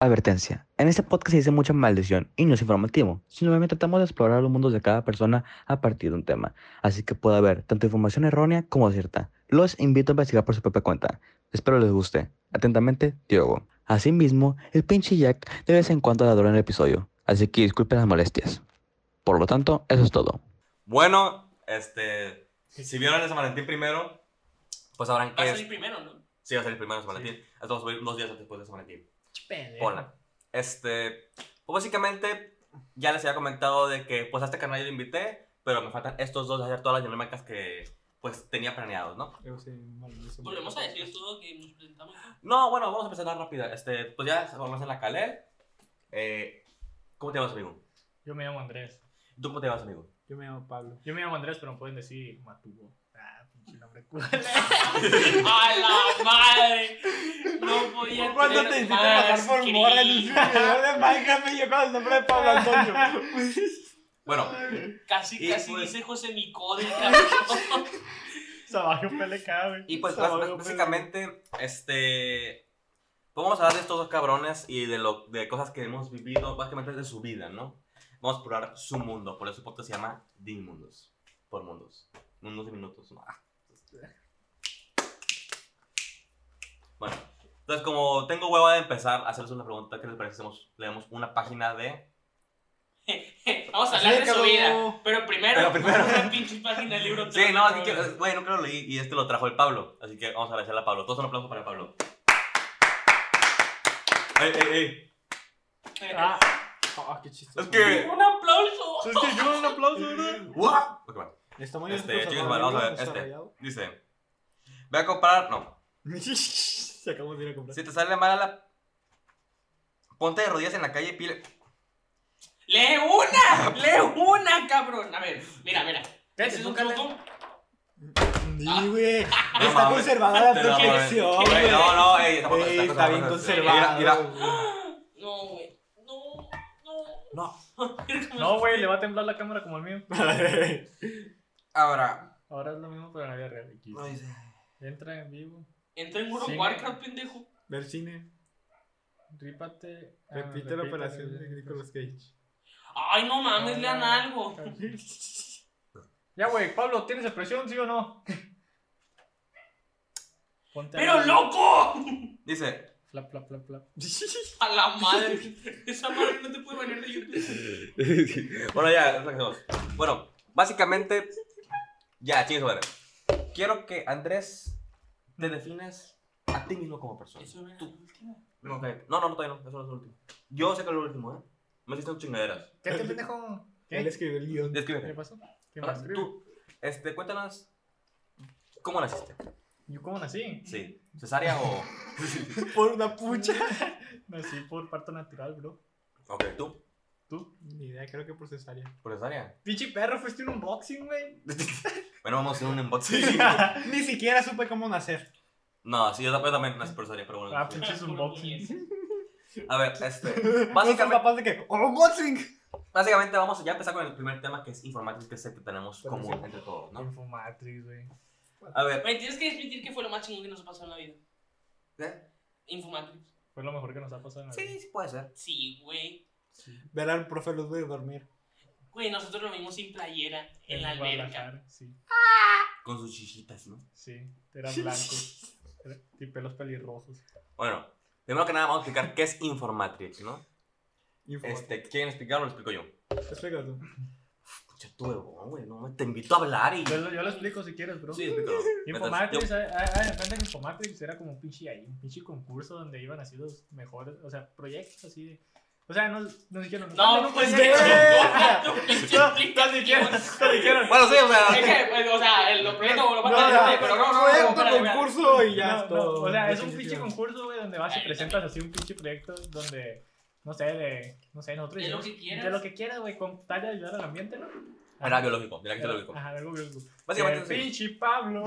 Advertencia. En este podcast se dice mucha maldición y no es informativo. Simplemente tratamos de explorar los mundos de cada persona a partir de un tema. Así que puede haber tanto información errónea como cierta. Los invito a investigar por su propia cuenta. Espero les guste. Atentamente, Diogo. Asimismo, el pinche Jack de vez en cuando ladró en el episodio. Así que disculpen las molestias. Por lo tanto, eso es todo. Bueno, este. Si vieron el San Valentín primero, pues sabrán que. Va a es- salir primero, ¿no? Sí, va a salir primero San Valentín. Entonces, vamos a subir unos días después de San Valentín. Pendejo. Ponla. Este. Pues básicamente, ya les había comentado de que, pues a este canal yo lo invité, pero me faltan estos dos de hacer todas las dinámicas que, pues, tenía planeados, ¿no? Yo sí, mal, yo sí, mal. Volvemos a decir todo que nos presentamos. ¿no? No, bueno, vamos a empezar la rápida. Este, pues ya vamos en la Calel. Eh, ¿Cómo te llamas, amigo? Yo me llamo Andrés. ¿Tú cómo te llamas, amigo? Yo me llamo Pablo. Yo me llamo Andrés, pero me pueden decir Matubo. Ah, pinche nombre culo. ¡A la madre! No podía ¿Por cuánto te tener hiciste más pasar por morra en un cringe. servidor de Minecraft y yo con el nombre de Pablo Antonio? Bueno, Casi, Y casi pues- dice José Micode. cabrón. Sabajo PLK, güey. y pues, Sabajo bas- PLK. básicamente, este. Vamos a hablar de estos dos cabrones y de, lo, de cosas que hemos vivido, básicamente de su vida, ¿no? Vamos a explorar su mundo, por eso el podcast se llama Dimundos. Por mundos. Mundos de minutos. ¿no? Ah. Bueno, entonces, como tengo hueva de empezar a hacerles una pregunta, ¿qué les parece? si hacemos- le damos una página de. Vamos a hablar de su Acércalo. vida. Pero primero, Pero primero. una pinche página del libro. Sí, no, así que, eh, güey, nunca lo leí y este lo trajo el Pablo. Así que vamos a agradecerle a Pablo. Todos un aplauso para Pablo. ¡Ey, ey, ey! Ah, ah, qué chistoso. Es que- Un aplauso. Es que yo un aplauso, ¿verdad? ¡Guau! Ok, bueno. Está muy Este, desconcertado, chicos, vamos a ver, amigo, este. desarrollado. Dice: Voy a comprar. No. Se acabó de ir a comprar. Si te sale mala la. Ponte de rodillas en la calle y pile. ¡Lee una! ¡Lee una, cabrón! A ver, mira, mira. Ese es un nunca le- truco. Ni, güey. Ah. No Está mames. conservada la Te lo- perfección, Güey, güey. No, no, ey, estamos- Ey, estamos- Está bien estamos- conservada. Mira, mira. güey. No, güey. No, no. No. No, güey, le va a temblar la cámara como el mío. Ahora. Ahora es lo mismo, pero en la vida real. Aquí. No dice. Entra en vivo. Entra en World Sí. of Warcraft, pendejo. Ver cine. Rípate. ah, Repite la operación de Nicolas Cage. Ay, no mames, lean algo. Ya, güey, Pablo, ¿tienes expresión, sí o no? Ponte ¡Pero ahí. loco! Dice. Flap, flap, flap, flap. A la madre. Esa madre no te puede venir de YouTube. bueno, ya, regresemos. Bueno, básicamente. Ya, chingue su madre. Quiero que Andrés te defines a ti mismo como persona. Eso era la última. No, ok. no, no, no, todavía no. Eso no es lo último. Yo sé que es lo último, ¿eh? Me hiciste un chingaderas. ¿Qué te pendejo? Él ¿Qué? escribió el guión. ¿Qué Descríbete. pasó? ¿Qué Ahora, más escribo? Ah, tú, este, cuéntanos. ¿Cómo naciste? ¿Yo cómo nací? Sí. ¿Cesárea o.? Por una pucha. Nací por parto natural, bro. Ok, ¿tú? ¿Tú? Ni idea, creo que por cesárea. ¿Por cesárea? Pinche perro, fuiste un unboxing, güey. Bueno, vamos a hacer un unboxing. Ni siquiera supe cómo nacer. no, sí, yo también nací por cesárea, pero bueno. Ah, sí. pinches unboxing. A ver, este. Básicamente. Básicamente. capaz de que. "Oh, ¡Unboxing! Básicamente vamos ya a empezar con el primer tema que es informática, que es el que tenemos Pero común sí. entre todos, ¿no? Infomatrix, güey. A ver, Güey, tienes que admitir que fue lo más chingón que nos pasó en la vida. ¿eh? Infomatrix. Fue lo mejor que nos ha pasado en la vida. sí, sí puede ser. Sí, güey. Ver al profe los voy a dormir. Güey, nosotros lo vimos sin playera en la alberca. Guadalajara, Sí, Con sus chichitas, ¿no? sí. Era blanco. Era- Y pelos pelirrojos. Bueno, primero que nada vamos a explicar qué es Informatrix, ¿no? Informática. Este, ¿quieren explicarlo? Lo explico yo. Explícalo tú. Pucha, tu huevón, güey, no, mames, te invito a hablar y... Yo lo, yo lo explico si quieres, bro. Sí, explícalo. Infomatrix, Entonces, ah, ah, ah, enfrente de Infomatrix era como un pinche ahí, un pinche concurso donde iban así los mejores, o sea, proyectos así de. O sea, nos, nos dijeron. No, manden un pues proyecto". no, no, pinche No, explicación. Nos dijeron, nos dijeron. yo- Bueno, sí, o sea... Es que, pues, o sea, el- lo proyecto lo van No, a no, hacer, pero no, no, no, proyecto, espérate, espérate. concurso y ya No, es no, todo. o sea, es un pinche Definición. concurso, güey, donde vas y Ay, presentas así un pinche proyecto donde, no sé, de, no sé, nosotros De lo hicimos- que quieras. De lo que quieras, güey, con tal de ayudar al ambiente, ¿no? Era biológico, mira que es biológico. Ajá, algo biológico. Básicamente sí. Que Eh, pinche Pablo.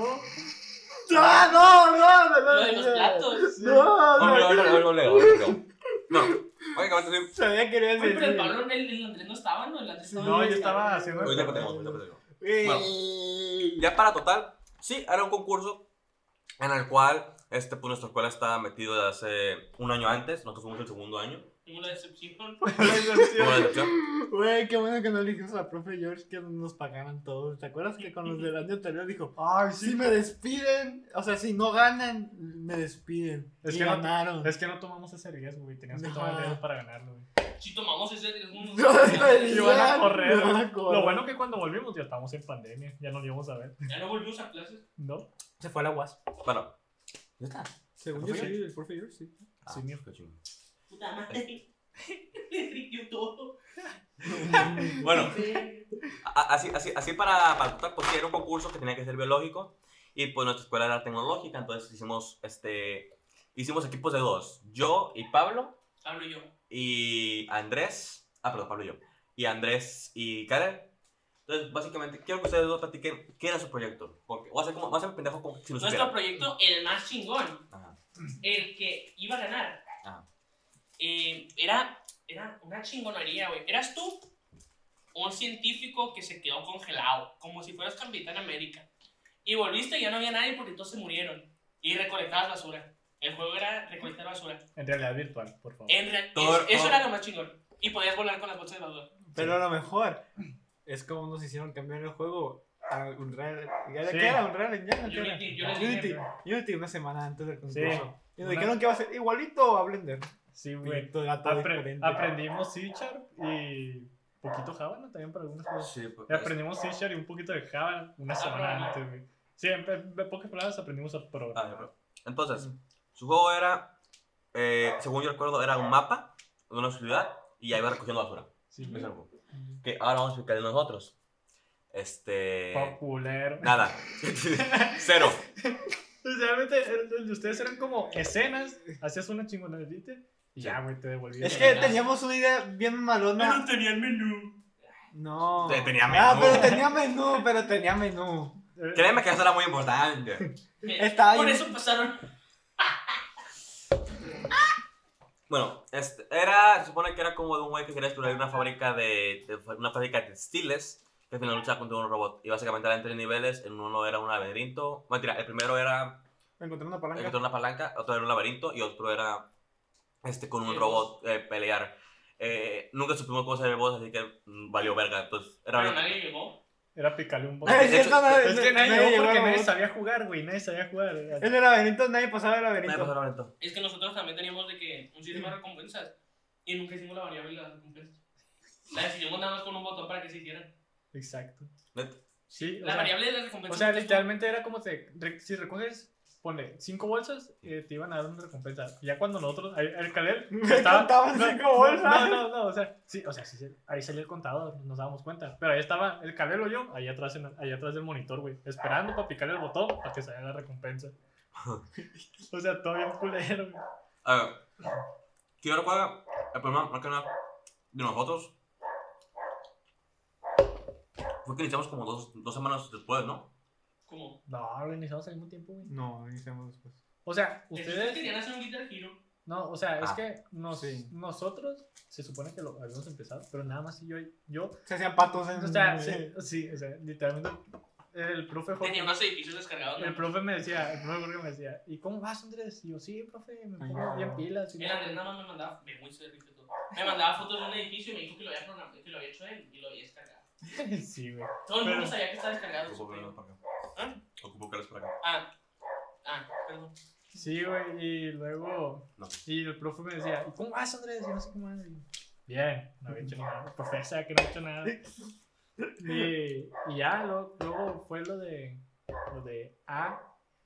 ¡Ah, no, no, no, no! Lo de los no. platos. No, Hombre, no. hombre, hombre, hombre, hombre, hombre. No, básicamente sí. Sabía que querías Güey, decir. pero el Pablo, el, el Andrés no estaba, ¿no? El Andrés estaba No, en yo el- estaba haciendo. Ahorita platicamos, ahorita platicamos. Eh, Ya para total, sí, era un concurso en el cual este, pues, nuestra escuela estaba metido de hace un año antes, nosotros fuimos el segundo año. Tengo una decepción. Hubo una decepción. Güey, qué bueno que no le dijimos a profe George que nos pagaran todos. ¿Te acuerdas que con los del año anterior dijo, ay, si me despiden, o sea, si no ganan, me despiden? Es y que no- ganaron. Es que no tomamos ese riesgo, güey. Teníamos que No. tomar el riesgo para ganarlo, güey. Si tomamos ese es un- No, despedían, Y van a correr. me van a correr. Lo bueno que cuando volvimos ya estábamos en pandemia. Ya nos íbamos a ver. Ya no volvimos a clases. ¿No? Se fue a la UAS. Bueno, ya está. Según yo, sí, el profe George, sí. Ah, Sí, mío. qué chingón. Puta madre. Le riquió todo. Bueno, a- así, así, así para, para contar, pues sí, era un concurso que tenía que ser biológico y pues nuestra escuela era tecnológica, entonces hicimos, este, hicimos equipos de dos, yo y Pablo Hablo yo. y Andrés, ah, perdón, Pablo y yo, y Andrés y Karen. Entonces, básicamente, quiero que ustedes dos platiquen qué era su proyecto, porque voy a ser como, voy a ser pendejo como si lo Nuestro supiera. proyecto, el más chingón, Ajá. el que iba a ganar, Ajá. eh, era, era una chingonería, güey. Eras tú, un científico que se quedó congelado, como si fueras Capitán América. Y volviste y ya no había nadie porque todos se murieron. Y recolectabas basura. El juego era recolectar basura. En realidad virtual, por favor. En real- Todo- es- eso todo- era lo más chingón. Y podías volar con las bolsas de basura. Pero a lo mejor es como nos hicieron cambiar el juego a Unreal. Sí. ¿Qué era Unreal Engine? ¿Qué era? Unity, yo les Unity, dije. Unity una semana antes del concurso. Y nos Una- dijeron que va a ser igualito a Blender. Sí, güey. Proyecto era todo Apre- diferente. aprendimos C Sharp y poquito Java, ¿no? También para algunos juegos. Sí, pues, Y aprendimos C Sharp y un poquito de Java una semana programar. antes, güey. Sí, en, en- en pocas palabras aprendimos a Ah, ya, programar. pero- Entonces, su juego era, eh, según yo recuerdo, era un mapa de una ciudad y ahí va recogiendo basura. Sí, Ese güey. era el juego. Que ahora vamos a explicar de nosotros. Eh. Este. Popular. Nada. Cero. O sea, Realmente, el- el de ustedes eran como escenas, hacías una chingonadita y ya, güey, te devolvías. Es que teníamos una idea bien malona. tenía el menú. No. Te- tenía Ah, menú. pero tenía menú, pero tenía menú. Eh, Créeme que eso era muy importante. Está Por bien. eso pasaron. Bueno, este, era, se supone que era como de un güey que quería explorar una fábrica de, de- una fábrica de textiles que al final luchaba contra un robot. Y básicamente eran tres niveles. En uno era un laberinto. Mentira, el primero era Me encontré una el que palanca. tenía una palanca, otro era un laberinto y otro era este con un El robot eh, pelear. Eh, nunca supimos cómo hacer el boss, así que mm, valió verga. Entonces, era Pero nadie llegó. Era picarle un poco. Ah, es de hecho, cierto, nadie- Es que nadie, nadie llegó llegó porque al nadie robot. sabía jugar, güey. Nadie sabía jugar. En el laberinto nadie pasaba el nadie pasó laberinto. el laberinto. Es que nosotros también teníamos de que un sistema de recompensas. Y nunca hicimos la variable de las recompensas. La decidimos nada más con un botón para que se hicieran. Exacto. Neta. Sí, o La sea, variable de las o recompensas. sea, es- literalmente era como te, re- si recoges, ponle cinco bolsas, eh, te iban a dar una recompensa. Ya cuando nosotros, ahí- el Caleb Me contaban cinco bolsas. No, no, no, o sea, sí, o sea, sí, sí, ahí salía el contador, nos dábamos cuenta. Pero ahí estaba el Caleb o yo, ahí atrás, en- ahí atrás del monitor, güey, esperando para picar el botón para que saliera la recompensa. o sea, todo bien culero, güey. A ver, que yo recuerdo, el problema más que nada de nosotros fue que iniciamos como dos, dos semanas después, ¿no? Como. No, organizamos al mismo tiempo, güey. No, iniciamos después. O sea, Ustedes ustedes. querían hacer un guitar giro. No, o sea, es Ah, que nos- sí. nosotros se supone que lo habíamos empezado, pero nada más yo, yo Se hacían patos en o sea, sí, sí, o sea, literalmente el profe Tenía Jorge, unos edificios descargados. el ¿no? profe me decía, el profe Jorge me decía, ¿y cómo vas, Andrés? Y yo, sí, profe, me Ay, pongo no. bien pilas. y El Andrés nada más me mandaba. Me muy serio y todo. Me mandaba fotos de un edificio y me dijo que lo había programado, que lo había hecho él y lo había descargado. no". sí, güey. Todo el mundo Pero- sabía que estaba descargado. Ocupo que lo para acá. ¿Ah? Ocupo que lo para acá. Ah. Ah, perdón. Sí, güey, y luego, No. y el profe me decía, ¿y cómo vas, Andrés? Y no sé qué más. y- Bien, no había hecho nada. Profe, sabe que no he hecho nada. Y, y ya, lo- luego fue lo de, lo de A,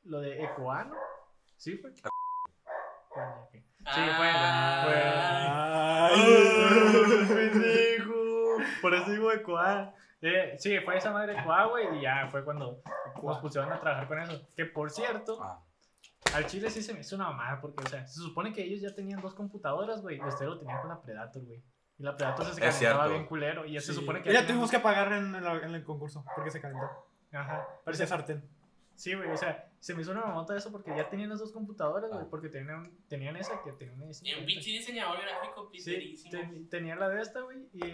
lo de Ecoano. Sí, fue. Bueno, ok. Ah. fue- Ay, pendejo. Por eso digo de Coa. Eh, sí, fue esa madre de Coa, güey, y ya fue cuando nos pusieron a trabajar con eso. Que por cierto, Ah, al Chile sí se me hizo una mamada, porque, o sea, se supone que ellos ya tenían dos computadoras, güey, y ustedes lo tenían con la Predator, güey. Y la Predator se Es calentaba cierto. bien culero, y ya se Sí. supone que. Y ya tenían- tuvimos que pagar en el, en el concurso porque se calentó. Ajá. Parecía sartén. Sí, güey, o sea, se me hizo una mamota eso porque ya tenían las dos computadoras, güey, Ah. porque tenían, tenían esa que tenían esa. Y un pinche diseñador gráfico Sí, piterísimo. ten- tenía la de esta, güey, y,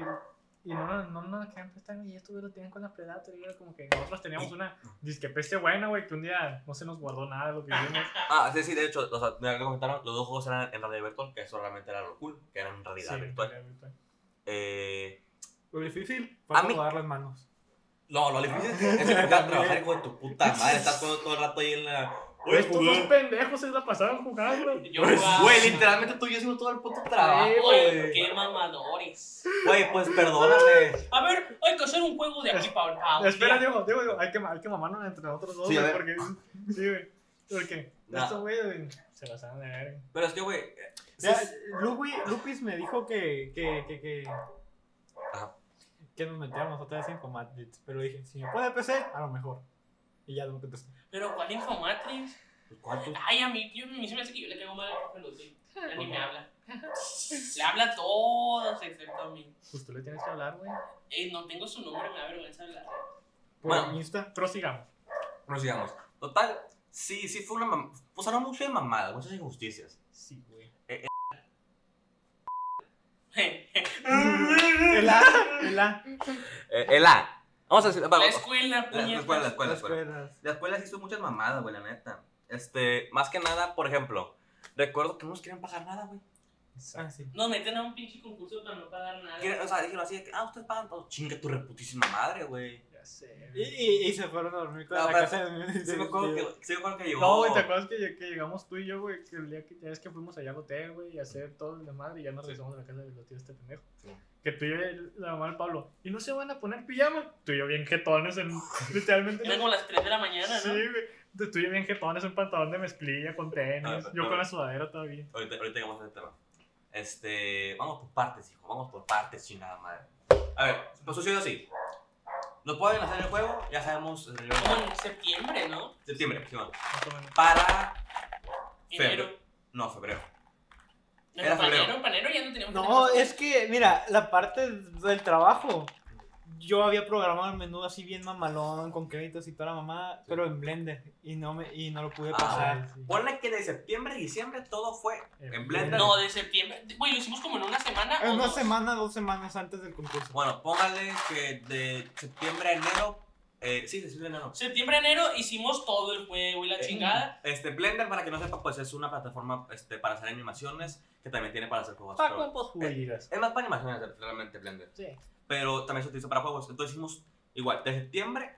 y no, no, no nos querían prestar, y estos güey lo tenían con la Predator, y era como que nosotros teníamos una disque peste buena, güey, que un día no se nos guardó nada de lo que vimos. Ah, sí, sí, de hecho, o sea, me lo comentaron, los dos juegos eran en realidad virtual, que eso realmente era lo cool, que eran en realidad Sí, virtual. realidad virtual. Eh, Lo difícil A fue mí- rodar las manos. no, lo difícil es que es que estás trabajar con tu puta madre, estás todo, todo el rato ahí en la... Güey, Estos dos pendejos se la pasaban jugando. Yo Pues jugaba- Güey, literalmente tú y yo hicimos todo el puto trabajo, pues. Oye, güey. qué mamadores. Güey, pues perdóname. A ver, hay que hacer un juego de aquí para para un Espera, día. Diego, Diego, Diego, hay que, hay que mamarnos entre nosotros dos, Sí, a ver. güey, porque. Sí, güey. Porque Nah. estos güeyes güey, se pasaban de verga. Pero es que, güey, eh, Ya, Lupi- Lupis me dijo que, que, que, que, Ajá. que nos metiéramos otra vez en Comatrix. Pero dije, si me puede PC, a lo mejor. Y ya no me contestó. Pero ¿cuál Infomatrix? ¿cuánto? Ay, a mí, yo, a mí se me hace que yo le caigo mal al profe Lucy. Ya ni me habla. Le habla a todos excepto a mí. Pues tú le tienes que hablar, güey. Ey, no tengo su número, me da vergüenza hablar. Por Bueno. Insta. Prosigamos. No sigamos. Total, sí, sí fue una mam- Pasaron muchas mamadas, muchas injusticias. Sí, güey. El A, el A. Eh, el A. Vamos a decir. la vamos- escuela, La, la puñetas. escuela, la escuela, la Las escuela. cuerdas. La escuela sí hizo muchas mamadas, güey, la neta. Este, más que nada, por ejemplo, recuerdo que no nos querían pagar nada, güey. Ah, sí. Nos meten a un pinche concurso para no pagar nada. Quiere- O sea, dijeron así, de que, ah, ustedes pagan todo. Chinga tu reputísima madre, güey. Ya sé. Y, y, y se fueron a dormir con No, la pero- casa de mi Sí, me acuerdo que, sí me acuerdo que llegó. No, güey, ¿te acuerdas que, lleg- que llegamos tú y yo, güey? Que el día que ya es que fuimos allá al hotel, güey, y hacer todo el desmadre y ya nos regresamos a la casa de los tíos este pendejo. Sí. Que tú y yo, y la mamá del Pablo, ¿y no se van a poner pijama? Tú y yo bien jetones en, literalmente. Eran como las 3 de la mañana, ¿no? Sí, güey. Tú y yo bien jetones, un pantalón de mezclilla con tenis, Ah, yo no. con la sudadera todavía. Ahorita, ahorita llegamos a ese tema. Este, vamos por partes, hijo. Vamos por partes, chingada madre. A ver, pues sucedió así. Nos pueden hacer el juego, ya sabemos, el nivel Como de- en septiembre, ¿no? septiembre, sí, bueno. Más o menos. Para, Febrero. Enero. no, febrero. No, Era para febrero. enero, para enero ya no teníamos No, nada. es que, mira, la parte del trabajo. Yo había programado el menú así bien mamalón, con créditos y toda la mamá, pero en Blender. Y no, me, y no lo pude Ah, pasar. Sí. Ponle que de septiembre a diciembre todo fue en Blender. No, de septiembre. Güey, lo hicimos como en una semana. En o una dos. semana, dos semanas antes del concurso. Bueno, póngale que de septiembre a enero. Eh, sí, de septiembre a enero. Septiembre, enero hicimos todo el juego y la Eh, chingada. Este, Blender, para que no sepa, pues es una plataforma este, para hacer animaciones que también tiene para hacer juegos. Para pero- cuerpos jubilas. Es más para animaciones, realmente, Blender. Sí. Pero también se utiliza para juegos. Entonces hicimos igual, de septiembre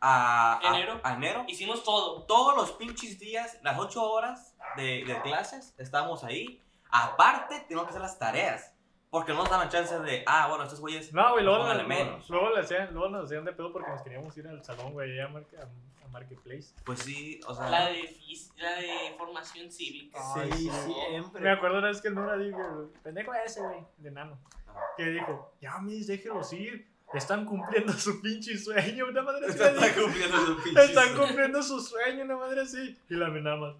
a, a- Enero. a enero. Y Hicimos todo. todos los pinches días, las 8 horas de, de clases, estábamos ahí. Aparte, teníamos que hacer las tareas. Porque no nos daban chance de, ah, bueno, estos güeyes. No, güey, luego, Póngale nos- menos. luego, le hacían- luego nos hacían de pedo porque nos queríamos ir al salón, güey, allá a, Marque- a- a Marketplace. Pues sí, o sea. La de, fis- la de formación cívica. Sí, siempre. Me acuerdo una vez que el Nora dijo, pendejo ese, güey, de enano, Ajá. que dijo, ya, mis, déjenlos ir, están cumpliendo su pinche sueño, una madre así. le Están dijo. cumpliendo sus pinches. Están cumpliendo su sueño, una madre así. Y la mina más.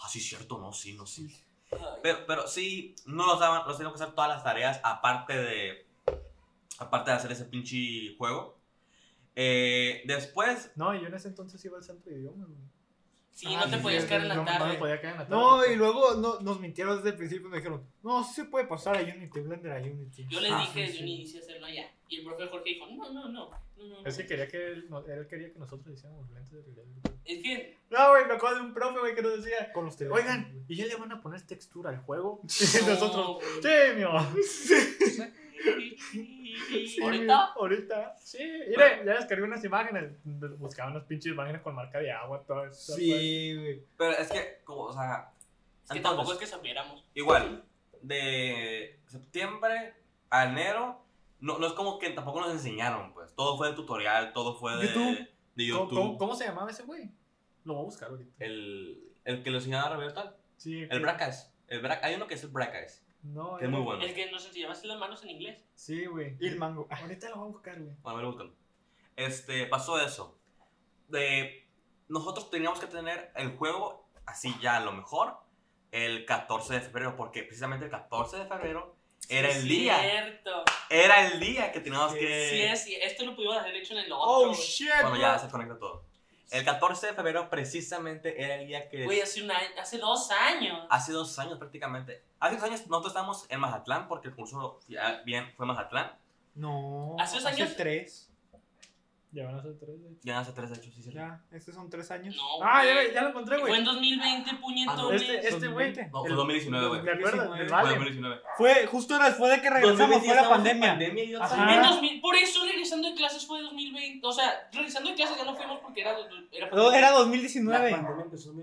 Ah, sí, cierto, no, sí, no, sí. Ay, Pero, pero sí, no nos daban, nos teníamos que hacer todas las tareas aparte de. Aparte de hacer ese pinche juego. Eh, después. No, y yo en ese entonces iba al centro de idiomas, güey. Sí, no Ah, te sí, podías sí, quedar en No, la no me tarde. podía caer en la tarde. No, y luego no, nos mintieron desde el principio. Me dijeron, no, sí se puede pasar a Unity, Blender a Unity. Yo les Ah, dije sí, desde sí. un inicio hacerlo allá. Y el profe Jorge dijo, no, no, no. no, no. Es que quería que él, no, él quería que nosotros hiciéramos lentes de realidad. virtual. Es que No, güey, me acuerdo de un profe, güey, que nos decía, Con los teléfonos. oigan, ¿y ya le van a poner textura al juego? no, Y nosotros, güey. sí, mi amor. Ahorita. Ahorita. Sí, mire, ya descargué unas imágenes. Buscaba unas pinches imágenes con marca de agua, todo eso. Sí, güey. Pero es que, como, o sea. Es que Entonces. tampoco es que supiéramos. Igual, de septiembre a enero, no, no es como que tampoco nos enseñaron, pues. Todo fue de tutorial, todo fue de YouTube. de YouTube. ¿Cómo, cómo, cómo se llamaba ese güey? Lo voy a buscar ahorita. El, el que lo enseñaba a reventar. sí, que- El Bracas. El Bra- hay uno que es el Bracas, No, que eh. es muy bueno. El que nos enseñaste las manos en inglés. Sí, güey. Y el mango. Ah, Ahorita lo voy a buscar, güey. Bueno, me lo buscan. Este, pasó eso. De, nosotros teníamos que tener el juego así ya a lo mejor el 14 de febrero, porque precisamente el 14 de febrero era el día. Eh. Cierto. Era el día que teníamos Sí, que... Sí, es, sí, esto lo pudimos haber hecho en el otro. Oh, güey. shit. Cuando ya bro. se conecta todo. El 14 de febrero precisamente era el día que... Güey, hace, un año- hace dos años. Hace dos años prácticamente. Hace dos años nosotros estábamos en Mazatlán porque el curso ya bien fue en Mazatlán. No. ¿Hace dos años? tres. Ya van a ser tres, de hecho. Ya hace tres, de hecho, sí, sí. Ya, estos son tres años. No, Ah, ya, güey. lo- ya lo encontré, Fue güey. en 2020, puñetones. Este, este güey. No, No, fue el- 2019, güey. ¿Te acuerdas? 2019. Del Fue Vale. 2019. Fue, justo era, fue de que regresamos, fue la pandemia. Ajá. En 2000 por eso regresando de clases fue 2020. O sea, regresando de clases ya no fuimos porque era. era No, Era La 2019. pandemia empezó en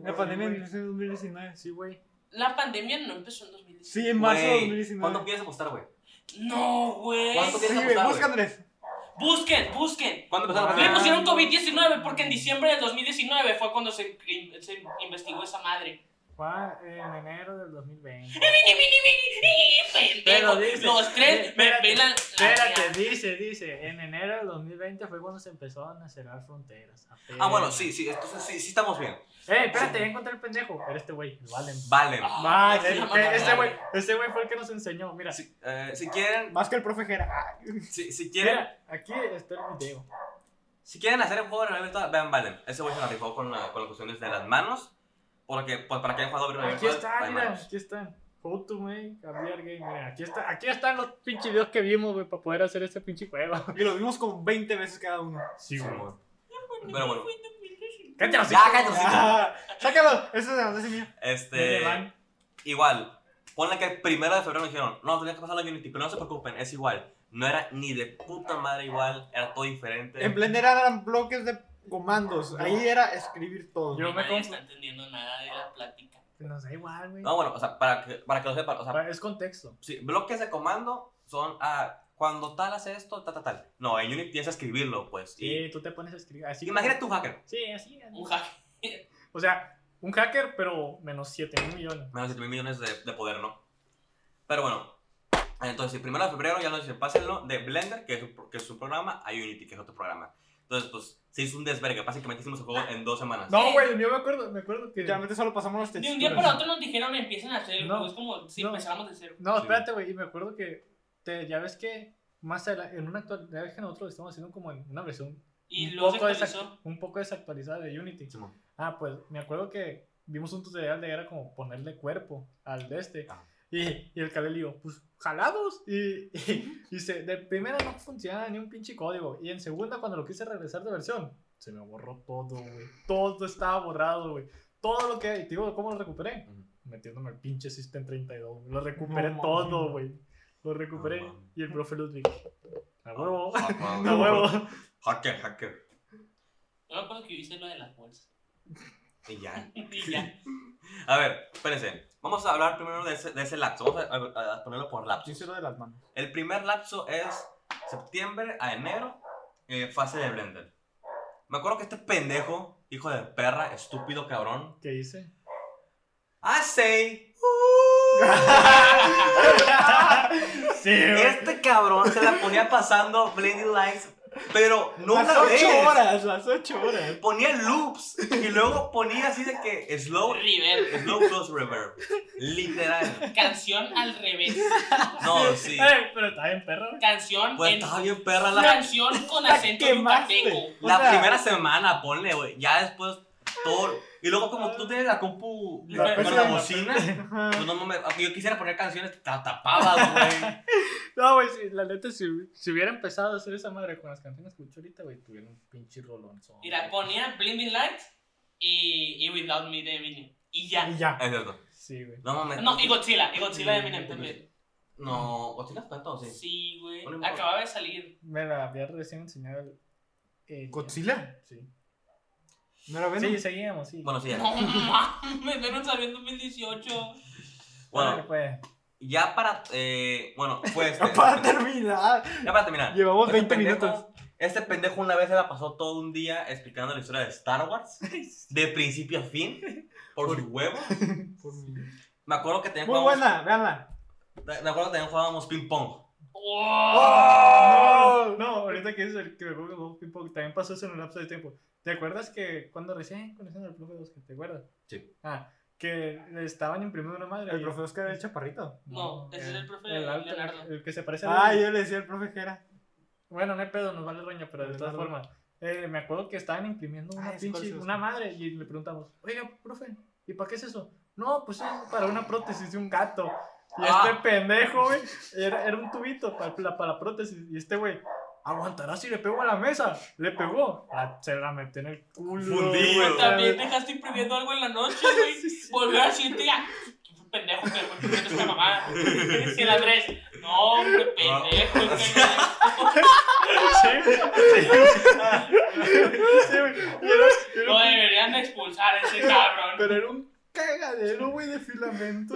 2019. La pandemia empezó en 2019. Sí, güey. La pandemia no empezó en 2019. Sí, en marzo de Güey, 2019. ¿Cuánto quieres apostar, güey? No, güey. ¿Cuánto Sí, quieres güey, apostar, busca güey? Andrés. Busquen, busquen. ¿Cuándo empezó la Ah. Le pandemia? pusieron COVID-19 porque en diciembre del 2019 fue cuando se, se investigó esa madre. Fue en enero del 2020. Pendejo, dice- Los tres me espérate, pelan. la Espérate, mía. dice, dice. En enero del 2020 fue cuando se empezaron a cerrar fronteras. apenas. Ah, bueno, sí, sí, entonces sí, sí estamos bien. Eh, espérate, ya encontré el pendejo. Era este güey, el Valen. Valen. Ah, Va, sí, este- la mamá, este güey madre. este güey fue el que nos enseñó. Mira, Si, eh, si quieren, Más que el profe Jera. Ah, si, si quieren, mira, aquí está el video. si quieren hacer un juego de reventa, vean Valen. Ese güey se la rifó con, la- con las cuestiones de las manos. Porque, pues, para que haya jugado Aquí está, mira, aquí están. How to make a VR game. Mira, aquí, está, aquí están los pinches videos que vimos, güey, para poder hacer este pinche juego. Y lo vimos como 20 veces cada uno. Sí, Pero bueno. Cállate los Ya, cállate los hijos. Ah, sácalo. Eso es de ese mío. Este. Igual, ponle que el primero de febrero nos dijeron, no, tenía que pasar la Unity, pero no se preocupen, es igual. No era ni de puta madre igual, era todo diferente. En Blender eran bloques de comandos. Ahí era escribir todo. Yo- Yo me me confu- está entendiendo nada de la plática. pues, Nos da igual, güey. Ah, No, bueno, o sea, para que, para que lo sepan, o sea, Es contexto. sí, bloques de comando son, ah, cuando tal hace esto, tal, tal, tal. No, en Unity es escribirlo, pues. Sí, tú te pones a escribir. Así Y, imagínate un hacker, Sí, así. así. Un hack. O sea, un hacker, pero menos 7 mil millones. menos 7 mil millones de, de poder, ¿no? Pero bueno, entonces, el primero de febrero ya nos dicen, pásenlo de Blender, que es, un, pro- que es un programa, a Unity, que es otro programa. Entonces, pues, se hizo un desvergue, básicamente hicimos el juego en dos semanas. No, güey, yo me acuerdo, Ah, me acuerdo que. Literalmente solo pasamos las De texturas. un día para otro nos dijeron empiecen a hacer el No, juego. Es como si no. empezáramos de cero. No, Sí. espérate, güey. Y me acuerdo que te- ya ves que más adelante, en una actual, ya ves que nosotros lo estamos haciendo como en una versión Y Un luego se poco desac- actualizó. un poco desactualizada de Unity. Simón. Ah, pues me acuerdo que vimos un tutorial de era como ponerle cuerpo al de este. Ajá. Y, y el Caleb dijo, pues jalados. Y, y dice, de primera no funcionaba ni un pinche código. Y en segunda, cuando lo quise regresar de versión, se me borró todo, güey. Todo estaba borrado, güey. Todo lo que hay. Te Digo, ¿cómo lo recuperé? Ujú. Metiéndome al pinche System 32. güey. Lo recuperé No todo, mames. güey. Lo recuperé. No mames. y el profe Ludwig. A huevo. Ah, wow, A wow. huevo. Hacker, hacker. Yo me acuerdo que yo hice lo de las bolsas. Y ya. Y ya. A ver, espérense. Vamos a hablar primero de ese, de ese lapso. Vamos a, a- a ponerlo por Yo lapsos. hice lo de las manos. El primer lapso es septiembre a enero, eh, fase de Blender. Me acuerdo que este pendejo, hijo de perra, estúpido cabrón, ¡Ah, ¿Qué hice? hace. Sí, güey. Este cabrón se la ponía pasando Blinding Lights, pero no las una 8 vez. horas, las 8 horas. Ponía loops y luego ponía así de que slow, River. slow close reverb. Literal. Canción al revés. No, sí. Eh, pero está bien, perro. Canción Pues en. estaba bien perra la, Canción con La acento quemaste. yucateco. O la sea- primera semana, ponle, güey. Ya después todo. Y luego, como tú tienes la compu La con PC. la bocina, Ajá. pues no mames, aunque yo quisiera poner canciones, te la tapabas, güey. No, güey, sí, la neta, si, si hubiera empezado a hacer esa madre con las canciones que escucho ahorita, güey, tuviera un pinche rolón. Mira, ponía Blinding Lights y, y Without Me de Eminem. Y ya. Y ya. Es cierto. Sí, güey. No mames. No, y Godzilla. Y Godzilla de Eminem también. No, ¿Godzilla está entonces? Sí, güey. Ponle un poco. Acababa de salir. Me la había recién enseñado el. eh, ¿Godzilla? Sí. ¿No era Venom? Sí, seguíamos, sí. Bueno, sí, ya. No mames, Venom salió en 2018. Bueno, Bueno, pues. ya para. Eh, bueno, fue este. Ya Para terminar. Ya para terminar. Llevamos Este 20 pendejo- minutos. Este pendejo una vez se la pasó todo un día explicando la historia de Star Wars, de principio a fin, por sus huevos. Me acuerdo que también Muy jugábamos- buena, véanla. De de acuerdo, también jugábamos ping-pong. ¡Oh! ¡Wow! No, ahorita que es el que me acuerdo que jugó ping pong, también pasó eso en un lapso de tiempo. ¿Te acuerdas que cuando recién conocieron al profe Oscar, te acuerdas? Sí. Ah, que le estaban imprimiendo una madre. El y- profe Oscar era el chaparrito. No, ese es el profe alto, Leonardo. El que se parece a Ah, Leonardo. yo le decía al profe Jera. Bueno, no hay pedo, nos vale roña, pero de Vale, todas vale. formas. eh, me acuerdo que estaban imprimiendo una Ah, sí, pinche, parece una eso. madre y le preguntamos, oiga, profe, ¿y para qué es eso? No, pues es para una prótesis de un gato. Y este pendejo, güey, era, era un tubito para, la- para la prótesis. Y este güey, aguantará si le pegó a la mesa. Le pegó. La- se la metió en el culo. Fundido. güey. También dejaste imprimiendo algo en la noche, güey. Volver al siguiente día. "Qué Pendejo que fue imprimiendo esta mamada. Y el Andrés. No, hombre, pendejo. pendejo". Sí, güey. Sí, güey. Y era- y era Lo un- deberían de expulsar a ese cabrón. Pero era un cagadero, güey, de filamento.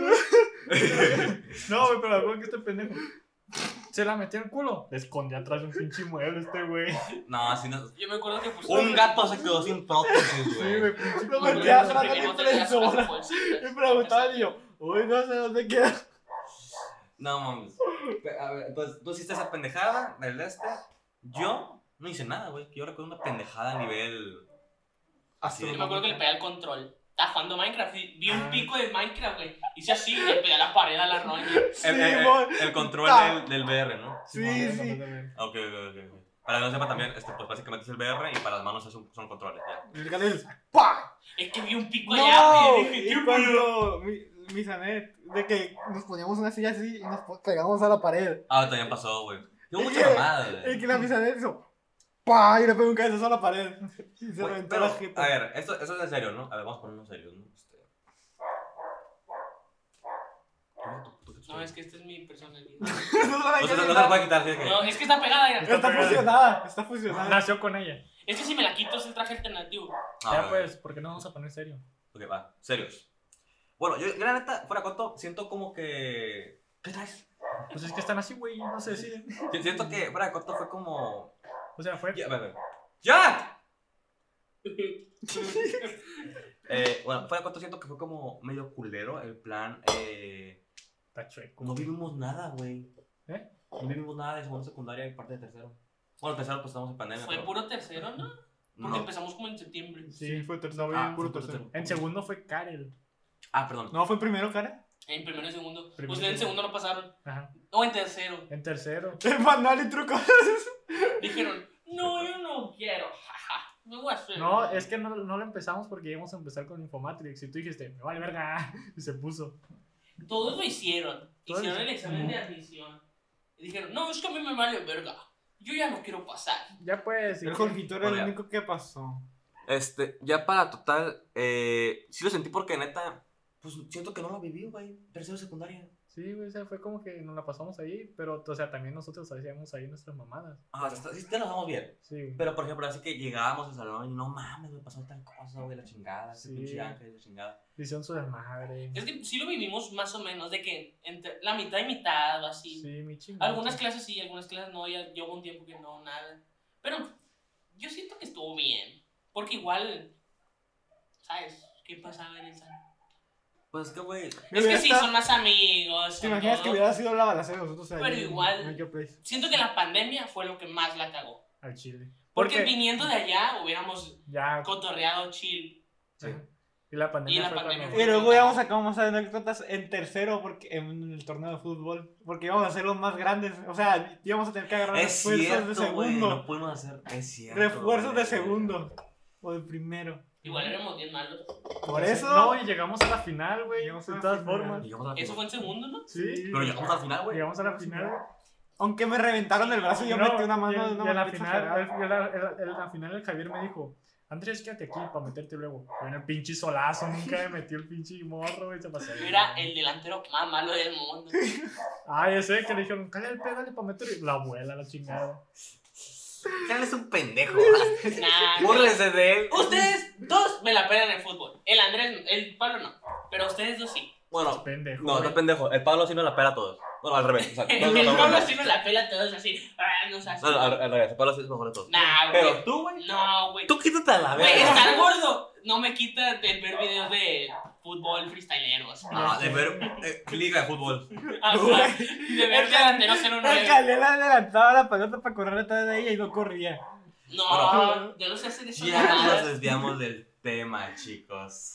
No, güey, pero algo que este pendejo. Se la metió el culo. Le escondía atrás de un pinche mueble este güey. No, así no. Yo me acuerdo que pusieron. Un gato se quedó sin prótesis, Sí, güey. güey, pinche Lo culo. metía Lo atrás de imprimimos mi de las impresora. bolsitas. Y preguntaba y yo, uy, no sé dónde queda. No mames. Pe- A ver, entonces, tú hiciste esa pendejada del este. Yo no hice nada, güey. Yo recuerdo una pendejada a nivel. Así Yo de me acuerdo que le mamón. pegué al control. Estaba jugando Minecraft y vi un pico de Minecraft, güey. Hice así, le pegué a la pared a la roña. El, el- el- Simón. el control Ta. del, del VR, ¿no? Sí, sí. Ok, ok, ok. ok. Para que no sepa también, este, pues básicamente es el VR y para las manos es un- son controles, ya. Y el gato dice, ¡pah! Es que vi un pico allá, ¡No! güey. y Dije, Y "¿Qué pedo?". cuando mi, mi Sanet, de que nos poníamos una silla así y nos po- pegábamos a la pared. Ah, también pasó, güey. Tengo Y mucha que- mamada, Y güey. que la misanet hizo, ¡pah! Y le pegó un cabezazo a la pared. Y se Güey, reventó pero, la a jeta. ver, esto, esto es en serio, ¿no? A ver, vamos a ponernos serios, ¿no? Este... No, es que esta es mi personalidad. No se la No se, no quiero se lo quitar. puede quitar, sí, que... No, es que está pegada. mira. Está fusionada, está fusionada. Nació con ella. Es que si me la quito es el traje alternativo. Ah, ya ok, pues, ¿por qué no vamos a poner serio? Ok, va, serios. Bueno, yo, yo la neta, fuera corto, siento como que... ¿Qué traes? Pues es que están así, güey, no sé si. Yo Siento que fuera corto fue como... O sea, fue. Ya, a ver, ¡Jack! Eh, bueno, fuera corto siento que fue como medio culero el plan... Eh... Está chueco. No vivimos nada, güey. ¿Eh? No vivimos nada de segundo secundaria y parte de tercero. Bueno, tercero pues estamos en pandemia. Fue pero- puro tercero, ¿no? No. Porque empezamos como en septiembre. Sí. fue tercero, Ah, bien puro fue tercero. En segundo fue Karel. Ah, perdón. No, fue primero, cara. En primero y segundo. Primero y Ustedes en segundo. segundo no pasaron. Ajá. No, en tercero. En tercero. El manual y truco. Dijeron, no, yo no quiero. jaja, Me voy a hacer. No, es que no, no lo empezamos porque íbamos a empezar con Infomatrix. Y tú dijiste, me vale verga. Y se puso. Todos lo hicieron. Todos Hicieron el hicieron. examen de admisión. Y dijeron, no, es que a mí me vale verga. Yo ya no quiero pasar. Ya pues. y- El Jorgito era Hola. el único que pasó. Este, ya para total, eh, sí lo sentí porque neta, pues siento que no lo viví, güey. Tercero secundaria. Sí, güey, o sea, fue como que nos la pasamos ahí, pero, o sea, también nosotros hacíamos ahí nuestras mamadas. Ah, hasta- sí, te lo vamos bien. Sí, Pero por ejemplo, así que llegábamos al salón y no mames, me pasó tal cosa, güey, la chingada, ese Sí. pinche ángel, la chingada. hicieron su desmadre. Es que sí lo vivimos más o menos, de que entre la mitad y mitad o así. Sí, mi chingada. Algunas clases sí, algunas clases no, ya llevo un tiempo que no, nada. Pero yo siento que estuvo bien, porque igual, ¿sabes? ¿Qué pasaba en el salón? Pues es que, güey, Es que Hubiera sí, estado- son más amigos. ¿Te son imaginas que todo. hubiera sido la balacera de nosotros ahí? Pero en- igual. en aquel place? Siento que la pandemia fue lo que más la cagó. Al chile. Porque viniendo de allá hubiéramos Ah. Ya. cotorreado chill. Sí. Ajá. Y la pandemia. Y la fue cuando- pandemia fue- Y luego íbamos a acabar más anécdotas en tercero porque, en el torneo de fútbol. Porque íbamos a ser los más grandes. O sea, íbamos a tener que agarrar es refuerzos de cierto, güey, segundo. lo pudimos hacer, es cierto. refuerzos güey. de segundo. O de primero. Igual éramos bien malos. Por eso. pues, No, y llegamos a la final, güey. Llegamos a De la todas final. formas. Llegamos a la Eso final. fue en segundo, ¿no? Sí. Pero llegamos al final, güey. Llegamos a la final, güey. Aunque me reventaron el brazo, yo No, metí una mano y- de una y a la manera final, exagerada. el, y a la, el- el- la final el Javier me dijo, Andrés, quédate aquí para meterte luego. Bueno, el pinche solazo, nunca me metió el pinche morro, güey, se pasó. Yo era el delantero más malo del mundo. Ah, ya sé, que le dijeron, cállate, pégale para meter. y La abuela, la chingada. Él es un pendejo. Nah, Búrlense de él. Ustedes dos me la pelan en el fútbol. El Andrés, el Pablo no. Pero ustedes dos sí. Es Bueno, pendejo. no, no es güey. pendejo. El Pablo sí nos la pela a todos. Bueno, al revés. O sea, no, no, El no, no, no. Pablo sí me la pela a todos así. Ah, no seas No, no, así. al, al revés. El Pablo sí es mejor de todos. Nah, Pero güey. tú, güey. No, güey. Tú quítate a la Güey, verga. estar gordo no me quita de ver videos de fútbol freestyleros. No, de ver eh, liga de fútbol. Ah, Güey. de ver delanteros 09. El Calela adelantaba la pelota para correr detrás de ella y no corría. No, yo no sé hacer eso. Ya nos desviamos del tema, chicos.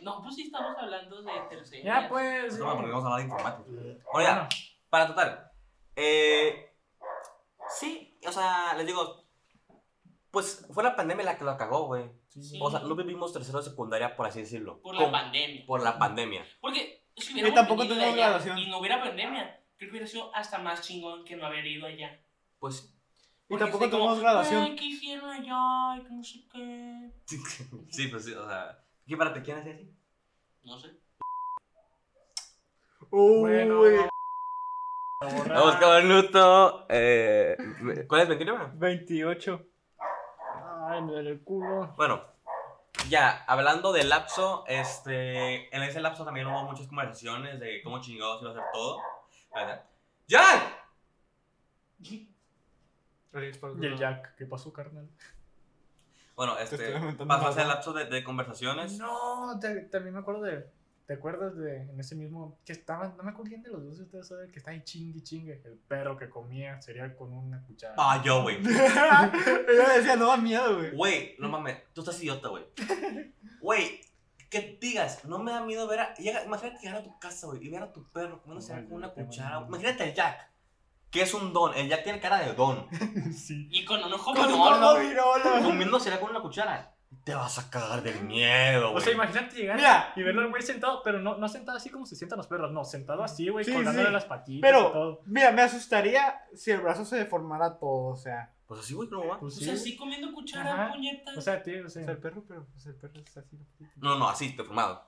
No, pues sí estamos hablando de terceros. Ya pues. No, porque güey. vamos a hablar de informática. Bueno, ya, Bueno, para total. Eh, sí, o sea, les digo. Pues fue la pandemia la que lo cagó, güey. sí, Sí. O sea, no vivimos tercero de secundaria, por así decirlo. Por la Con- pandemia. Por la pandemia. Porque si hubiera Y tampoco venido de tenemos allá graduación. Y no hubiera pandemia. Creo que hubiera sido hasta más chingón que no haber ido allá. Pues Y Porque tampoco es de como, tenemos graduación. Ay, ¿qué hicieron allá? Y que no sé qué. sí, pues sí, o sea. ¿Qué para te quién es así? No sé. Bueno, Uy, Vamos, cabernuto. Eh, ¿Cuál es 29? 28. Ay, me duele el culo. Bueno, ya, hablando del lapso, este, en ese lapso también hubo muchas conversaciones de cómo chingados iba a hacer todo. ¿verdad? ¡Jan! Y el Jack, ¿qué pasó, carnal? Bueno, estoy este, lamentando pasó más, ese ¿no? lapso de, de conversaciones. No, te- también me acuerdo de. ¿Te acuerdas de en ese mismo que estaban? No me acuerdo quién de los dos de ustedes saben que está ahí chingue chingue. El perro que comía cereal con una cuchara. Ah, yo, güey. yo decía, no da miedo, güey. Güey, no mames, tú estás idiota, güey. Güey, que digas, no me da miedo ver a. llega- imagínate llegar a tu casa, güey, y ver a tu perro comiéndose Ay, algo con una no te cuchara. mames. Imagínate el Jack, que es un don. El Jack tiene cara de don. Sí. Y con un ojo Con menor, un gordo ¿no? virola. Comiéndose algo con una cuchara. Te vas a cagar del miedo, O güey. sea, imagínate llegar Mira, y verlo al güey sentado, pero no, no sentado así como se sientan los perros, no, sentado así, güey, Sí, colgándole sí. las patitas y pero, todo. mira, me asustaría si el brazo se deformara todo, o sea. Pues así, güey, ¿cómo va? Pues O sí. sea, sí comiendo cuchara, Ajá. puñeta. O sea, tío, o sea. O sea, el perro, pero pues el perro es así. No, no, así, te formado.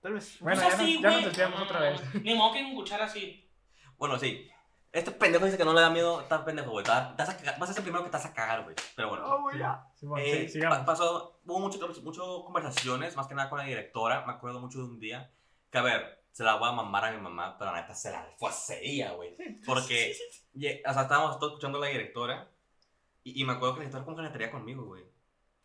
Tal vez. Pues, Bueno, ya no- sí, ya nos güey. desviamos otra vez. Ni modo que con cuchara así. Bueno, sí. Este pendejo dice que no le da miedo. Estás pendejo, güey. te va- te vas a cagar- Vas a ser el primero que te vas a cagar, güey. Pero bueno. No, ah, güey, ya. Sí, Oh, bueno, Eh, sí, sigamos. pa- pasó, hubo muchas conversaciones, más que nada con la directora. Me acuerdo mucho de un día que, a ver, se la voy a mamar a mi mamá, pero la neta se la fue a sería, güey. Porque, ye- o sea, estábamos todos escuchando a la directora y, y me acuerdo que la directora como que la traía conmigo, güey.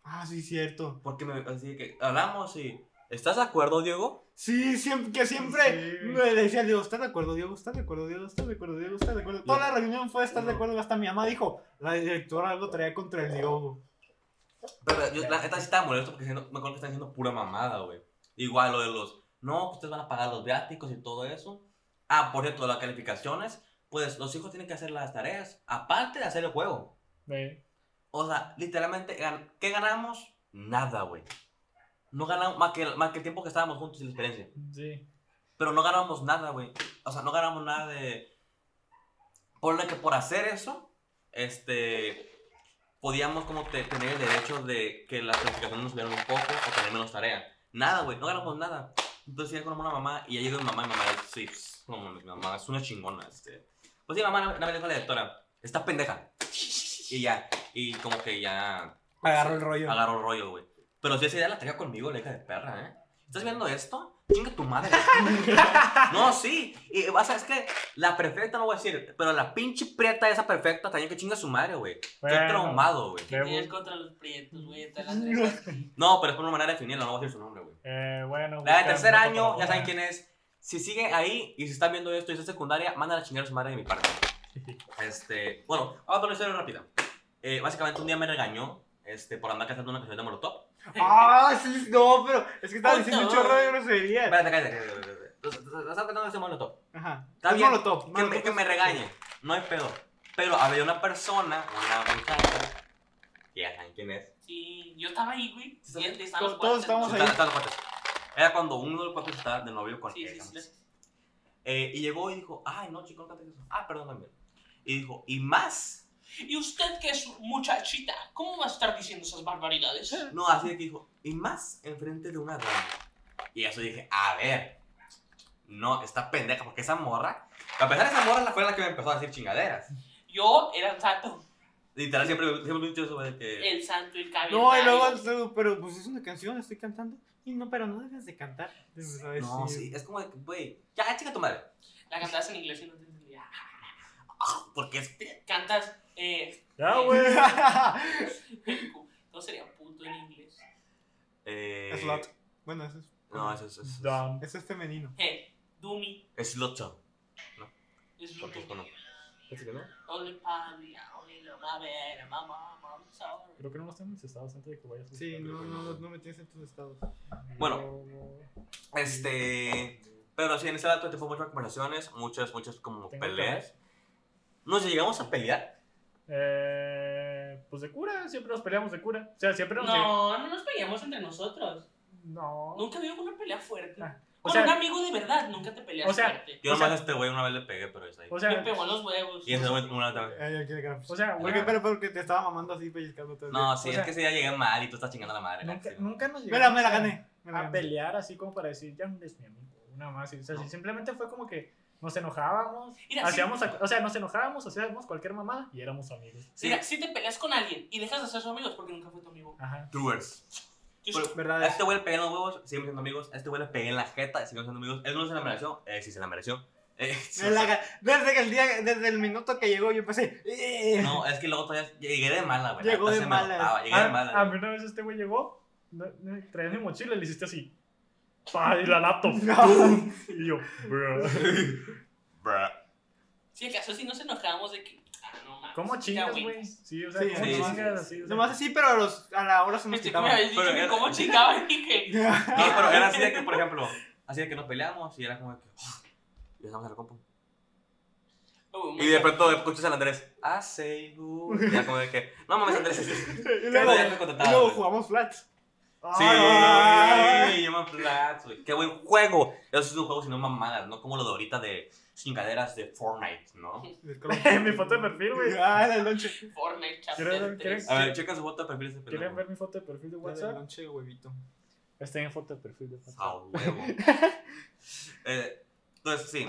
Ah, sí, cierto. Porque me así de que hablamos y. ¿Estás de acuerdo, Diego? Sí, siempre, que siempre Sí. me le decía, Diego, ¿estás de acuerdo, Diego? ¿Estás de acuerdo, Diego? ¿Estás de acuerdo, Diego? ¿Estás de acuerdo? Toda la reunión fue estar de acuerdo, hasta mi mamá dijo, la directora algo traía contra el Diego. Pero yo, la neta sí estaba molesto porque siendo- me acuerdo que estaba diciendo pura mamada, güey. Igual lo de los. No, que ustedes van a pagar los viáticos y todo eso. Ah, por cierto, las calificaciones. Pues los hijos tienen que hacer las tareas, aparte de hacer el juego. Ve, O sea, literalmente, gan- ¿qué ganamos? Nada, güey. No ganamos más que, más que el tiempo que estábamos juntos y la experiencia. Sí. Pero no ganamos nada, güey. O sea, no ganamos nada de. Por lo que por hacer eso, este. Podíamos como te- tener el derecho de que las calificaciones nos subieran un poco o tener menos tarea. Nada, güey, no ganamos nada. Entonces llegué con una mamá y ella llegó mi mamá y mi mamá, sí, pss, no mames, mi mamá es una chingona, este. Pues sí, mamá, no- no me dijo la directora, está pendeja. Y ya, y como que ya Agarró el rollo. agarró rollo, güey. Pero si esa idea la tenía conmigo, la hija de perra, ¿eh? ¿Estás viendo esto? Chinga tu madre. no, sí. Y vas a es que la perfecta no voy a decir, pero la pinche prieta esa perfecta también que chinga su madre, güey. Estoy Bueno. traumado, güey. Ve, Tienes contra los prietos, güey. Te las dejas así. No, pero es por una manera de definirlo, no voy a decir su nombre, güey. Eh, bueno. La de busca tercer otra año, ya palabra. saben quién es. Si sigue ahí y si están viendo esto y es de secundaria, mándala a chingar a su madre de mi parte. Este, bueno, vamos a poner una historia rápida. Eh, básicamente un día me regañó este, por andar cantando una canción de Molotov. Ah, sí, no, pero es que estaba diciendo un chorro de grosería. Espérate, cállate, cállate, cállate, cállate. Entonces, entonces, Estás tratando de hacer molotov. Ajá. Está Es bien. Molotov, Que Molotov me, que es- me regañe. No hay pedo. Pero había una persona, una muchacha, que ya saben quién es. Sí, yo estaba ahí, güey. Sí, Y estábamos todos- todos cuates, estábamos ¿no? Estaba- estaba los cuates. Era cuando uno de los cuatro estaba de novio con Sí, sí, ella. sí. Eh, y llegó y dijo, ay, no, chico, no cantes eso. Ah, perdón, también. Y dijo, y más. ¿Y usted que es muchachita? ¿Cómo va a estar diciendo esas barbaridades? No, así de que dijo, y más enfrente de una dama. Y eso dije, a ver. No, está pendeja, porque esa morra. A pesar de esa morra, la fue la que me empezó a decir chingaderas. Yo era el santo, Literal, siempre, siempre he dicho eso de que. el santo, el cabello. No, y luego, pero- pero pues es una canción, estoy cantando. Y no, pero no dejas de cantar. Te pues, empezó a No, decir. sí, es como de que, güey, ya, chica tu madre. La cantabas en inglés y no te entendía. Porque es. Cantas, eh, Ya, güey. no sería puto en inglés. Eh, Slot. Bueno, eso es, No, eso es. es- Dumb. eso es femenino. Eh, Dumi, Es Slotto. es lo Porque que es bueno. Only Pablo, only lo va a ver, mamá, mamá, sorry. Creo que no los tengo incestados antes de que vayas. Sí, no, no, no, no, no, no me tienes en tus estados. Bueno. Este. Pero sí, en ese dato te fue muchas conversaciones, muchas, muchas como Tengo peleas. Nos llegamos a pelear. Eh, pues de cura, siempre nos peleamos de cura. O sea, siempre nos. No, no nos peleamos entre nosotros. No. Nunca había una pelea fuerte. Ah. O Con sea- un amigo de verdad nunca te peleas o sea- fuerte. Yo O sea- nomás a este güey una vez le pegué, pero es ahí. O Me sea, eh, pegó en los huevos. Y en ese momento una otra vez. Ay, yo quiero que la- o sea, ¿Por güey, qué? Pero porque te estaba mamando así, pellizcando todo el día. No, sí, O es sea- que ese día llegué mal y tú estás chingando a la madre. la nunca, neta. nunca nos Mira, me la a- gané. Me la a gané. pelear así como para decir, ya no eres mi amigo, una más. O sea, si simplemente fue como que nos enojábamos, Mira, sí. hacíamos, ac- o sea, nos enojábamos, hacíamos cualquier mamada y éramos amigos. Sí. Mira, si te peleas con alguien y dejas de ser sus amigos porque nunca fue tu amigo. Ajá. Truers. Yo Pero- soy- ¿Verdad? A este güey le pegué en los huevos, siguen siendo amigos. A este güey le pegué en la jeta, siguen siendo amigos. Él no se la mereció. Eh, sí, se la mereció. Eh, sí, Me la ga- Desde que el día, desde el minuto que llegó, yo empecé. "Eh". No, es que luego todavía llegué de mala, güey. Llegó Hasta de se me mala. notaba, Llegué de A, a mí mala. una vez este güey llegó, no- no, traía mi mochila y le hiciste así. ¡Pah! Y la laptop. No. Y yo, bro. Bruh. Si acaso si nos enojamos de que. Ah, no mames. ¿Cómo ya, chingas, güey? Sí, o sea, Sí, ¿cómo sí, sí, chingas sí. así? O sea, Nomás así, pero a, los, a la hora se nos Este, ¿cómo me quitaba. habéis dicho Pero que era- cómo chingaba? Dije. No, pero era así de que, por ejemplo, así de que nos peleamos y era como de que. "Oh", y dejamos a la compu. "Oh, Y de pronto escuchas al Andrés. Ah, say good. Y era como de que. No mames, Andrés. Sí, y Pero luego, ya te contestaba, y luego güey. jugamos flats. Ah, yo me plats, güey. Qué buen juego. Eso es un juego, sino mamadas, no como lo de ahorita de chingaderas de Fortnite, ¿no? Mi foto de perfil, güey. Ah, la lonche. Fortnite, ¿Quieren- chapter quieren- 3. A ver, checa su foto de perfil de ese ¿Quieren pendejo. ver mi foto de perfil de La WhatsApp? lonche de huevito. Está en foto de perfil de WhatsApp. Ah, A huevo. Eh, entonces, sí.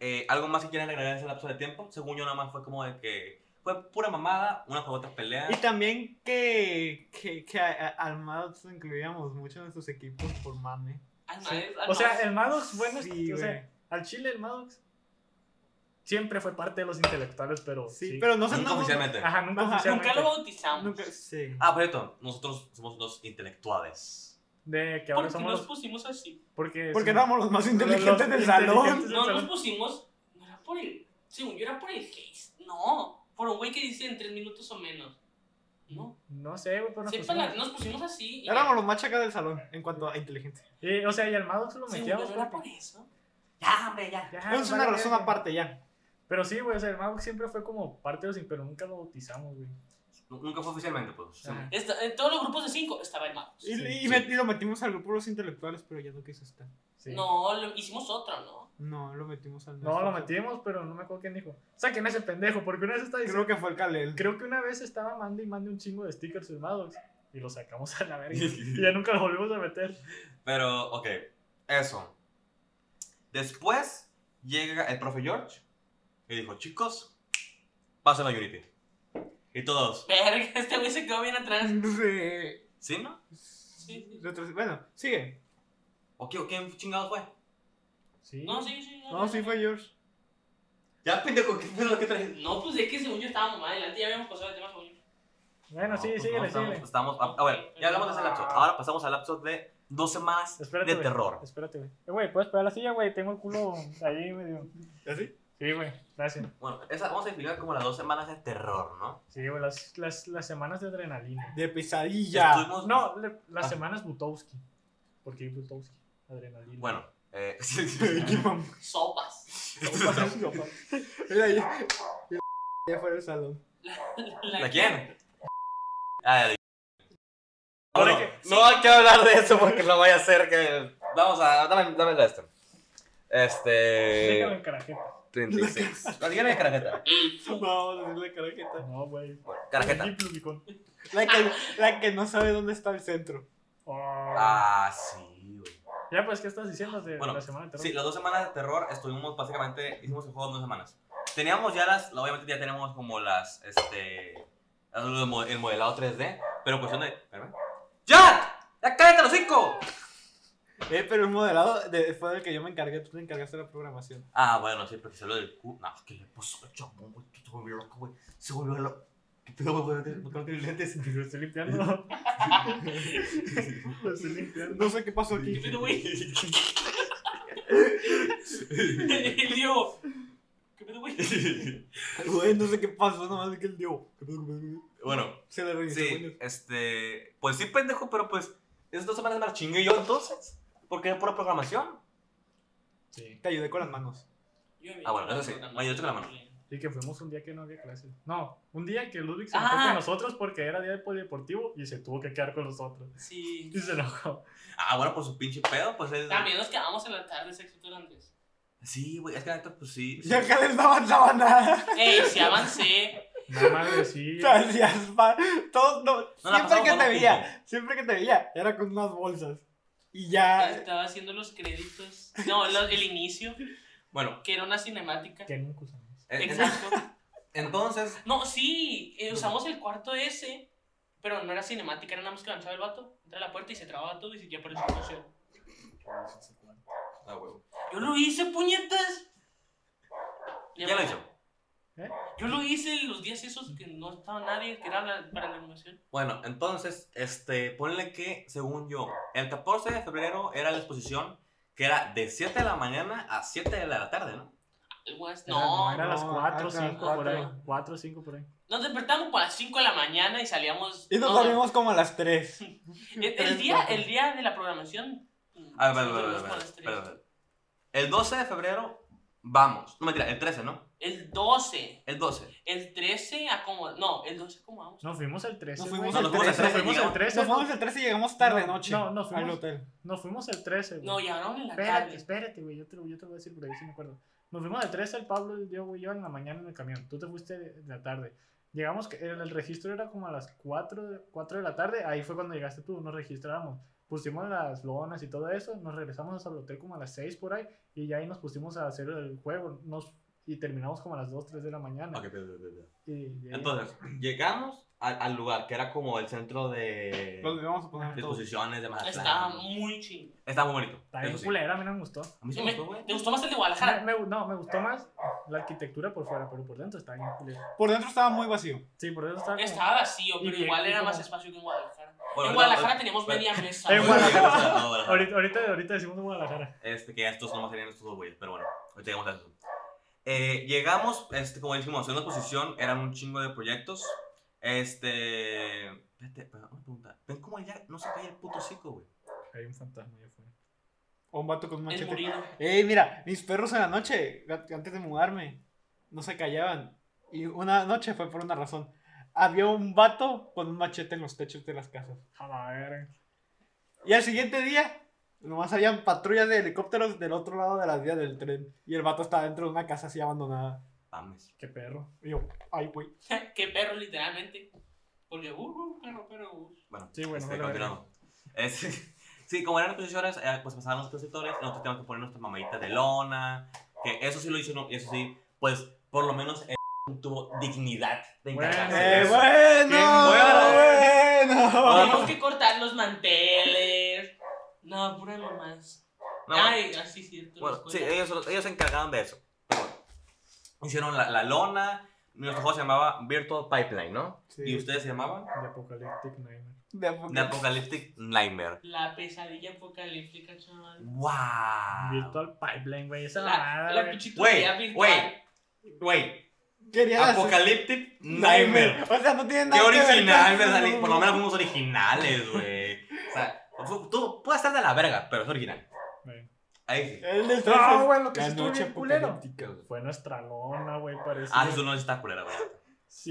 Eh, ¿Algo más que quieran agregar en ese lapso de tiempo? Según yo, nada más fue como de que fue pura mamada, una con otra pelea. Y también que, que, que a- a- al Maddox lo incluíamos mucho en nuestros equipos por mame. Al Sí. madre- al O sea, madre- el Maddox fue nuestro. Sí, o güey. sea, al Chile, el Maddox siempre fue parte de los intelectuales, pero. Sí, pero no se Nunca no, oficialmente. Ajá, nunca Ajá. oficialmente. Nunca lo bautizamos. Nunca, sí. Ah, por cierto, nosotros somos los intelectuales. De que ahora Porque somos. nos los- pusimos así. Porque. Porque sí, éramos los más inteligentes Los del salón. inteligentes. No salón. nos pusimos. No era por el. Según yo era por el case. No. Por un güey que dice en tres minutos o menos. No. No sé, güey, pero nos Sepa pues, la- pusimos- nos pusimos así. y- Éramos los más chacas del salón en cuanto a inteligencia. Eh, O sea, y al Maddox lo Según yo metíamos. no era por porque- eso. Ya, hombre, ya. Ya, Es una Ah, vale, razón verga. aparte ya. Pero sí, güey, o sea, el Maddox siempre fue como parte de los. in- Pero nunca lo bautizamos, güey. Nu- Nunca fue oficialmente, pues. Ajá. Esta- en todos los grupos de cinco estaba el Maddox. Y, Sí, y sí. met- y lo metimos al grupo de los intelectuales, pero ya no quiso estar. Sí. No, lo- hicimos otro, ¿no? No, lo metimos al No, lo nuestro. metimos, pero no me acuerdo quién dijo. Saquen a ese pendejo, porque una vez estaba diciendo. Creo que fue el Calel. Creo que una vez estaba mando y mando un chingo de stickers del Maddox. Y lo sacamos a la verga. y ya nunca lo volvimos a meter. Pero, ok, eso. Después llega el profe George y dijo, chicos, pasen a Unity. Y todos, Verga, este güey se quedó bien atrás. Re- ¿sí, no? sí. retroce- Bueno, sigue. ¿O qué- o quién chingado fue? Sí. No, sí, sí. No, sí fue George. Ya, pendejo, ¿qué pedo que traes? No, pues es que según yo estábamos más adelante. Ya habíamos pasado el tema según yo. Bueno, sí, pues síguele, estamos, síguele. Ah. estamos- a, a ver, ya hablamos de ese lapso. Ahora pasamos al lapso de dos semanas Espérate, de güey. terror. Espérate, güey. Eh, güey, ¿puedes esperar la silla, güey? Tengo el culo ahí medio. ¿Así? Sí, güey. Gracias. Bueno, esa, vamos a definir como las dos semanas de terror, ¿no? Sí, güey, las, las, las semanas de adrenalina. De pesadilla. Estuvimos- No, le- las Ah. semanas Butowski. ¿Por qué Butowski? Adrenalina. Bueno, eh, ¿Qué mamá? Sopas. Era ahí. Ya fuera del salón. ¿La quién? Ah, el- Ahora no, que- no hay que hablar de eso porque lo voy a hacer que... Vamos a... Dame, dame la esta. Déjame Este... en carajeta. 36. No, dígale carajeta. No, vamos a decir la carajeta. No, güey. Bueno, carajeta. Aquí, pues, plumicón. La que, la que no sabe dónde está el centro. Oh. Ah, sí, güey. Ya, pues, ¿qué estás diciendo de Bueno, la semana de terror? Sí, las dos semanas de terror estuvimos básicamente... Hicimos el juego en dos semanas. Teníamos ya las... Obviamente ya tenemos como las... Este... las- los mo- El modelado 3D. Pero cuestión de... espérame. ¡Ya! ¡Ya cállate los cinco! Eh, pero el modelado de- fue del que yo me encargué. Tú te encargaste de la programación. Ah, bueno, sí, porque se lo del culo. No, ¿qué le pasó al chabón, güey? Se volvió loco, güey. Se volvió loco. ¿Qué pedo, güey? No tengo que ir lentes. Lo estoy limpiando. Lo estoy limpiando. No sé qué pasó ¿Qué aquí. pedo, güey? El Diego. ¿Qué pedo, güey? Güey, no sé qué pasó. Nomás vi que el dio. ¿Qué pedo, qué pedo, qué pedo? Bueno, Se le revisó. sí, güey. este. Pues sí, pendejo, pero pues. Esas dos semanas me las chingué yo entonces. Porque era pura programación. Sí. Te ayudé con las manos. Yo había Ah, bueno, hecho eso sí. la mano. Bueno, yo tengo la mano. Y que fuimos un día que no había clases. No, un día que Ludwig se Ah. enojó con nosotros porque era día de polideportivo y se tuvo que quedar con nosotros. Sí. Y se enojó. Ah, bueno, por su pinche pedo, pues es. También nos quedamos en la tarde sexo antes. Sí, güey, es que la neta, pues sí. Y acá les no avanzaba nada. Ey, si avancé. Nada más decía. Hacías pa- Todo, No no, la siempre pasamos que con te un veía, cubo. siempre que te veía, era con unas bolsas. Y Eh, ya. Estaba haciendo los créditos. No, lo- el inicio, Bueno, que era una cinemática. Que nunca usamos. en- en- Exacto. entonces. No, sí, eh, usamos el cuarto ese, pero no era cinemática, era nada más que avanzaba el vato, entra a la puerta y se trababa todo y se ya por situación. Ah, huevo. Yo lo hice, puñetas. Ya lo hizo. Yo lo hice los días esos que no estaba nadie, que era la- para la animación. Bueno, entonces, este, ponle que, según yo, el 14 de febrero era la exposición que era de 7 de la mañana a 7 de la tarde, ¿no? Algo así. Era- No, Era a las no, 4 o acá, 5 por ahí. cuatro. 4 o 5 por ahí. nos despertamos para las 5 de la mañana y salíamos. Y nos no, salimos como a las 3. Eh, El, el día, el día de la programación. A ver, espera, espera, sí, nos espera, vemos espera, para las tres. espera. El 12 de febrero, vamos. No, mentira, el 13, ¿no? El 12, El 12. el 13 a como. No, el 12 como vamos. Nos fuimos el 13. Nos güey. fuimos No, el nos fuimos al 13. 13. fuimos el llegamos- 13. Nos fuimos el 13 y llegamos tarde No, noche. no, nos fuimos- Al hotel. Nos fuimos el 13, güey. No, llegaron en la Espérate, tarde. espérate, güey. Yo te, lo- yo te lo voy a decir por ahí si me acuerdo. Nos fuimos de 13 el Pablo, el Diego y yo en la mañana en el camión. Tú te fuiste de, de la tarde. Llegamos, que el, el registro era como a las 4, de- 4 de la tarde. Ahí fue cuando llegaste tú. Nos registramos. Pusimos las lonas y todo eso. Nos regresamos al hotel como a las 6 por ahí. Y ya ahí nos pusimos a hacer el juego. Nos, y terminamos como a las 2, 3 de la mañana. Ok, espera, espera, espera. Y- y- Entonces, llegamos al, al lugar que era como el centro de, Pues, Los vamos a Ah, poner de todos. exposiciones de Mazatlán. Estaba muy chido. Está muy bonito. Está bien eso sí. culera, a mí no me gustó. A mí sí me Me- gustó, güey. ¿Te gustó más el de Me- Guadalajara? me gu- no, me gustó más la arquitectura por fuera, pero por dentro está bien culera. Por dentro estaba muy vacío. Sí, por dentro está. como- Estaba vacío, Y pero bien, igual y era como- más espacio que en Guadalajara. Bueno, ahorita- en Guadalajara teníamos pero- media mesa. En güey. Guadalajara. No, Guadalajara. Ahorita, ahorita, ahorita decimos Guadalajara. Este, que ya estos nomás serían estos dos güeyes, pero bueno, ahorita llegamos a eso. Eh, llegamos, este, como dijimos, en la exposición eran un chingo de proyectos. Este. Espérate, pero una pregunta. ¿Ven cómo ya no se cae el puto hocico, güey? Hay un fantasma allá afuera. O un vato con un El machete. murido. Ey, mira, mis perros en la noche, a- antes de mudarme, no se callaban. Y una noche fue por una razón. Había un vato con un machete en los techos de las casas. A la verga. Y al siguiente día, nomás habían patrullas de helicópteros del otro lado de la vía del tren. Y el vato estaba dentro de una casa así abandonada. Mames. Qué perro. Y yo, ay, güey. Qué perro, literalmente. Porque, uh, uh, perro, perro. uh. Bueno, Sí, bueno, este, vale, vale. continuamos. Este, sí, como eran exposiciones, eh, pues pasaban los expositores, nosotros teníamos que poner nuestra mamadita de lona. Que eso sí lo hizo, ¿no? y eso sí, pues por lo menos el tuvo dignidad de Bueno, encargarse de Eh, eso. bueno, Qué bueno. Tenemos que cortar los manteles. No, pura nomás. No, Ay, así cierto. Bueno, las sí, cosas. ellos, ellos se encargaron de eso. Pero bueno, hicieron la, la lona. Nuestro juego se llamaba Virtual Pipeline, ¿no? Sí. Y ustedes se llamaban De Apocalyptic Nightmare. De The Apocalyptic Nightmare. La pesadilla apocalíptica, chaval. ¡Wow! Virtual Pipeline, güey. Esa La, mamada, Ah. la güey. pichituría Güey, virtual. güey. Güey, Quería hacer- Apocalyptic Nightmare. O sea, no tiene nada Qué que ver con- original, ¿verdad? Por lo menos fuimos originales, güey. O sea, fu- tú puedes estar de la verga, pero es original. Güey. Ahí sí. El de Ah, No, güey, lo que La sí estuvo noche bien culero. apocalíptica, güey. Fue nuestra lona, güey, parecía. Ah, eso no está culera, güey. Sí.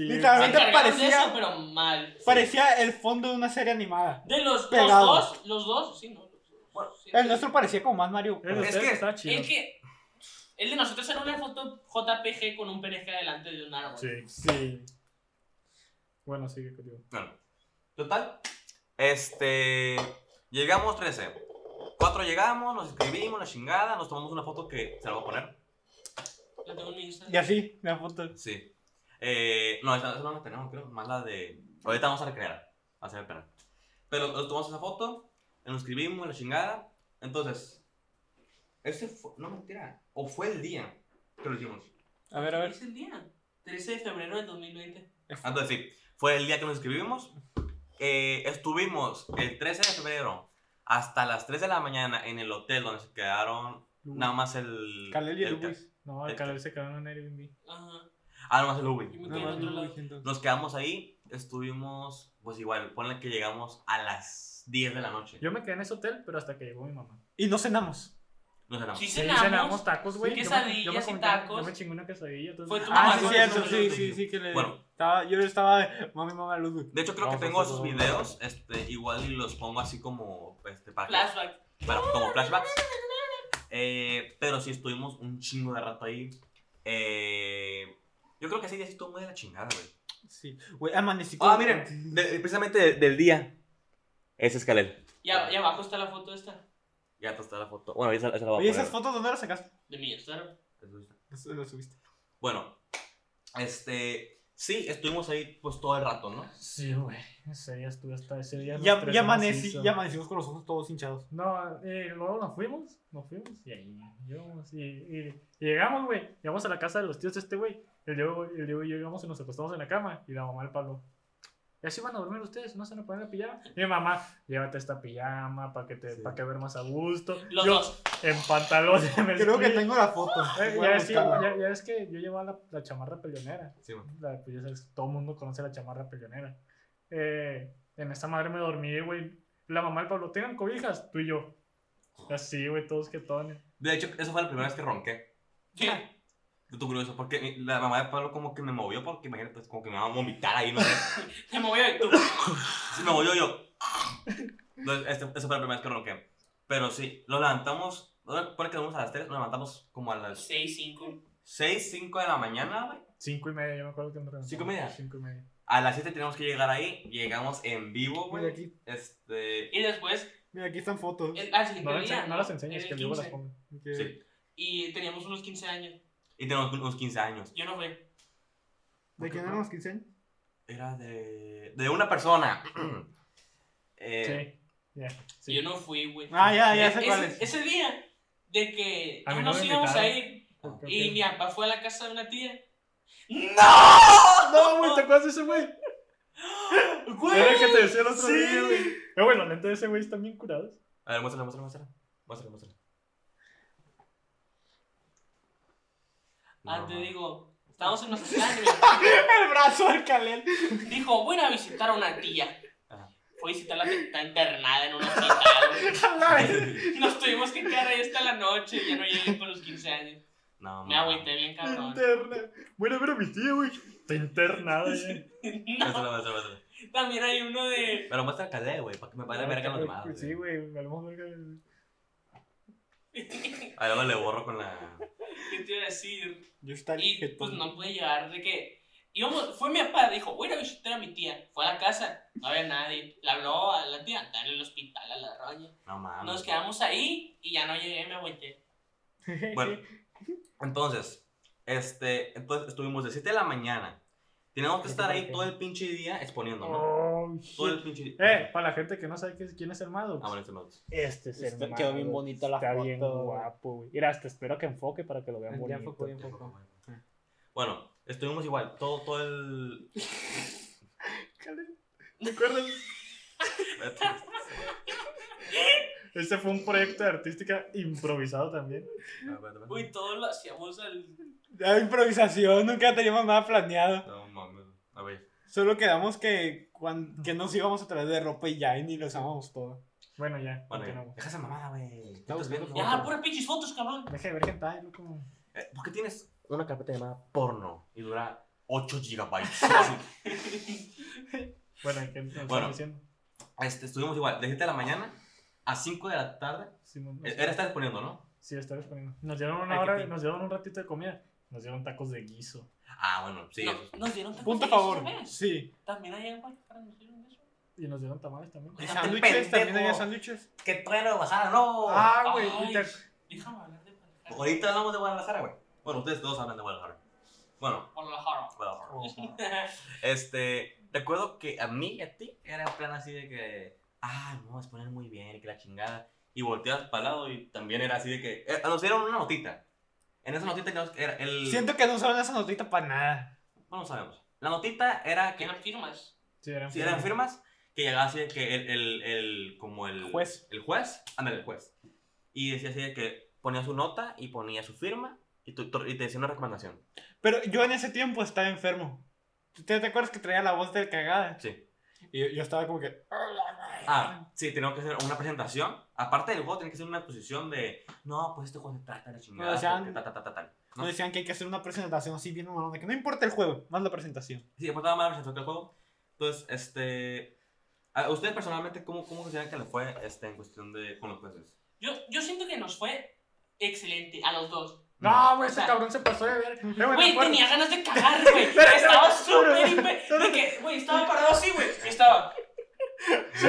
Se Literalmente. encargaron de parecía- eso, pero mal. Parecía el fondo de una serie animada. De los, los Pegado. dos, los dos, sí, no. Los dos, Sí, El nuestro parecía como más Mario. El Kart. de Es ustedes que- estaba chido. Es que el de nosotros era una foto JPG con un PNG delante de un árbol. Sí. Sí. Bueno, sigue contigo. Bueno, total. Este. Llegamos 13. 4 llegamos, nos escribimos, la chingada, nos tomamos una foto que se la voy a poner. Lo tengo en mi Instagram. Y así, la foto. Sí. Eh, no, esa, esa no la tenemos, creo. Más la de. Ahorita vamos a recrear. Va a ser pena. Pero nos tomamos esa foto, nos escribimos, la chingada. Entonces. Ese fue. No mentira. O fue el día que lo hicimos. A ver, a ¿Cuál ver. es el día? 13 de febrero del 2020. Entonces sí, fue el día que nos escribimos. Eh, estuvimos el 13 de febrero hasta las 3 de la mañana en el hotel donde se quedaron nada más el... Calel y el el Luis. No, el calor se quedó en un Airbnb. Ajá. ca- Ah, nada más el Ubi. Yo me Nada quedé más en otro el lado. Luis, entonces. Nos quedamos ahí, estuvimos, pues igual, ponle que llegamos a las 10 de la noche. Yo me quedé en ese hotel, pero hasta que llegó mi mamá. Y no cenamos. Nos cenamos. Sí, Sí, cenamos. cenamos tacos, güey. Yo me- quesadillas yo me y comí- tacos. Yo me chingué una quesadilla. entonces- Fue tu Ah, sí, mamá, cierto, sí, sí, sí, sí, sí, que le... Bueno. estaba- yo estaba de mami, mamá, luz, güey. De hecho, creo Vamos que a tengo hacer esos un- videos, este, igual y los pongo así como, este, para que- Flashback. para- como flashbacks. Eh, pero sí estuvimos un chingo de rato ahí. Eh, yo creo que ese día sí estuvo muy de la chingada, güey. Sí, güey, amanecí Ah, con- miren, de- precisamente de- del día. Ese es Kalel. Y, a- y abajo está la foto esta Ya está la foto. Bueno, esa, esa la voy a Oye, esas poner. fotos, ¿dónde las sacaste? de mi Instagram. Las las subiste. Bueno, este, sí, estuvimos ahí pues todo el rato, ¿no? Sí, güey. Ese día estuve hasta ese día. nos Ya, estresamos ya amanecí, hizo. ya amanecimos con los ojos todos hinchados. No, eh, luego nos fuimos, nos fuimos y ahí llegamos y, y- y llegamos, güey. Llegamos a la casa de los tíos de este güey. El Diego, el Diego y yo llegamos y nos acostamos en la cama y la mamá del Pablo. Y así van a dormir ustedes, no se van a poner la pijama. Y mi mamá, llévate esta pijama para que te, Sí. para que duermas a gusto. Los yo dos. en pantalón de Creo que mezclilla. tengo la foto. Eh, Voy a ya, es que- buscarla. ya- ya es que yo llevaba la, la chamarra peleonera. Sí, güey. La- pues ya sabes, todo el mundo conoce la chamarra peleonera. Eh, en esta madre me dormí, güey. La mamá del Pablo, tengan cobijas, tú y yo. Así, güey, todos que tonen. De hecho, esa fue la primera vez que ronqué. Sí. Ah. Yo estoy curioso porque mi- la mamá de Pablo como que me movió porque imagínate, pues, como que me va a vomitar ahí, no sé. Se movió y tú. Sí, me movió yo. Entonces, este- esa fue la primera vez que ronqué. Pero sí, lo levantamos, ¿no? pone que dormimos a las 3, lo levantamos como a las 6, 5. 6, 5 de la mañana, güey. Cinco y media, yo me acuerdo que me ¿Cinco y media? Cinco y media. A las 7 teníamos que llegar ahí, llegamos en vivo, Mira güey. aquí, Este, Y después, mira, aquí están fotos. el, al siguiente No, la día. ense- no las enseñes, Era que el luego las 15, pongo. Que- sí. Y teníamos unos 15 años. Y tenemos unos 15 años. Yo no fui. ¿De quién eran los 15 años? Era de, de una persona. eh, Sí. ya, sí. Yo no fui, güey. Ah, ya, ya sé Ese- cuál es. Ese día de que A no mí no nos me íbamos a invitaron. ir Ah, Ok, ok. y mi papá fue a la casa de una tía. ¡No! No, güey, ¿te acuerdas de ese güey? ¡Güey! Era el que te decía el otro sí. día, güey. Eh, güey, los lentes de ese güey están bien curados. A ver, muéstrala, muéstrala, muéstrala. Muéstrala, muéstrala. Ah, No, te no. digo, estábamos en Mazatlán y mi papá El brazo del Calel. dijo, voy a ir a visitar a una tía. Ajá. Fue a visitarla que está internada en un hospital. No, güey. Nos tuvimos que quedar ahí hasta la noche. Ya no llegué por los 15 años. Me mamá. agüité bien, cabrón. Interna. Bueno, pero mi tío, güey. Está internado, ya. No, Muéstrala, muéstrala, muéstrala. también hay uno de... Pero muestra el calé, güey, para que me vaya verga los demás. güey. Ah, pues Sí, güey, me lo verga. güey. A ver, le borro con la. ¿Qué te iba a decir? Yo estaba Y pues jetón. no pude llegar de que. Íbamos, fue mi papá, dijo, voy a ir a visitar a mi tía. Fue a la casa, no había nadie. Le habló a la tía, andar en el hospital a la roña. No mames. Nos quedamos ahí y ya no llegué, me agüité. Bueno, entonces, este, entonces estuvimos de 7 de la mañana. Teníamos que estar ahí todo el pinche día exponiendo, ¿no? Oh, Todo shit. el pinche día. Eh, para la gente que no sabe qué es- quién es el pues, Maddox. Ah, bueno, este me gusta. Este es el Está- quedó bien Maddox, bonita la Está bien foto. guapo, güey. Mira, hasta espero que enfoque para que lo vean Ya bonito. enfocó, ya enfocó. Bueno, estuvimos igual, todo, todo el. ¿Te acuerdas? Este fue un proyecto de artística improvisado también. Uy, todo lo hacíamos al. Ya improvisación, nunca teníamos nada planeado. No mames. A ver. Solo quedamos que, cuan- que nos íbamos a traer de ropa y ya, y ni lo usábamos todo. Bueno, ya, Bueno, continuamos. deja esa mamada, güey. Estamos Estás viendo viendo Ya, fotos. puras pinches fotos, cabrón. Deja de ver hentai, loco. Eh, ¿Por qué tienes una carpeta llamada porno y dura 8 gigabytes? Así. Bueno, ¿qué nos estás Bueno. diciendo? Este, estuvimos igual, de 7 de la mañana a 5 de la tarde. Simón, Eh, Era estar exponiendo, ¿no? Sí, está disponible. Nos dieron una Ay, qué hora, pin- nos dieron un ratito de comida. Nos dieron tacos de guiso. Ah, bueno, sí. No, eso es- nos dieron tacos Punto a de queso, favor. ¿sabes? Sí. También hay agua para nos dieron eso. Y nos dieron tamales también. Ay, Sándwiches, pendejo. también había sándwiches. ¡Que todavía no Guadalajara, no! Ah, güey. Ay, y te- Déjame hablar de Guadalajara. Ahorita hablamos de Guadalajara, güey. Bueno, ustedes todos hablan de Guadalajara. Bueno, Guadalajara. Guadalajara. Oh. Este, recuerdo que a mí y a ti era en plan así de que, ah, no, es poner muy bien y que la chingada. Y volteas para lado y también era así de que, eh, nos dieron una notita. En esa notita que nos- era el. Siento que no usaron esa notita para nada. Bueno, sabemos. La notita era que ¿Qué eran firmas? Sí, eran si eran firmes. firmas, que llegaba así de que el, el, el- como el Juez. El juez, ándale, el juez. Y decía así de que ponía su nota y ponía su firma y, tu- tu- y te decía una recomendación. Pero yo en ese tiempo estaba enfermo. ¿Te, te acuerdas que traía la voz del cagada? Sí. Y yo, yo estaba como que. Ah, sí, tenemos que hacer una presentación. Aparte del juego, tiene que ser una exposición de. No, pues este juego se trata de la chingada. O sea, porque ta, ta, ta, ta, tal. No No, decían que hay que hacer una presentación así bien mamona, que no importa el juego, más la presentación. Sí, después estaba más la presentación que el juego. Entonces, este. A ustedes personalmente, ¿cómo, cómo consideran que le fue este, en cuestión de. con los jueces? Yo, yo siento que nos fue excelente a los dos. No, güey, ese O sea, cabrón se pasó de ver. Eh, me Güey, acuerdo. tenía ganas de cagar, güey. Espera, Estaba espera, súper espera, hiper- de que, Güey, estaba parado así, güey. Y estaba. Sí,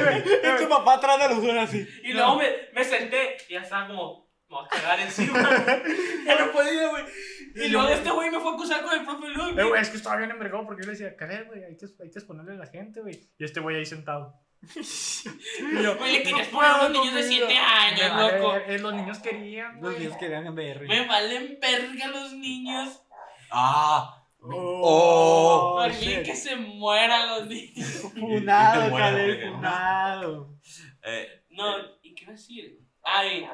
güey, Y tu papá atrás de los dos así. Y luego me, me senté y ya estaba como. Me voy a cagar encima. ya no podía, güey. Y luego este güey me fue a acusar con el profe Luis. Eh, güey, es que estaba bien envergado porque yo le decía, Caleb, güey, hay que, hay que exponerle a la gente, güey. Y este güey ahí sentado. Y yo, Güey, le querías "No poner a puedo unos niños de conmigo". 7 años, A ver, Ah, loco. eh, los niños querían, Los güey. niños querían ver. Me valen verga los niños. ¡Ah! Oh, Por mí shit. que se mueran los niños. Y te Funado, mueres, Caleb, porque- funado. Eh, No, ¿y qué iba a decir? Ay,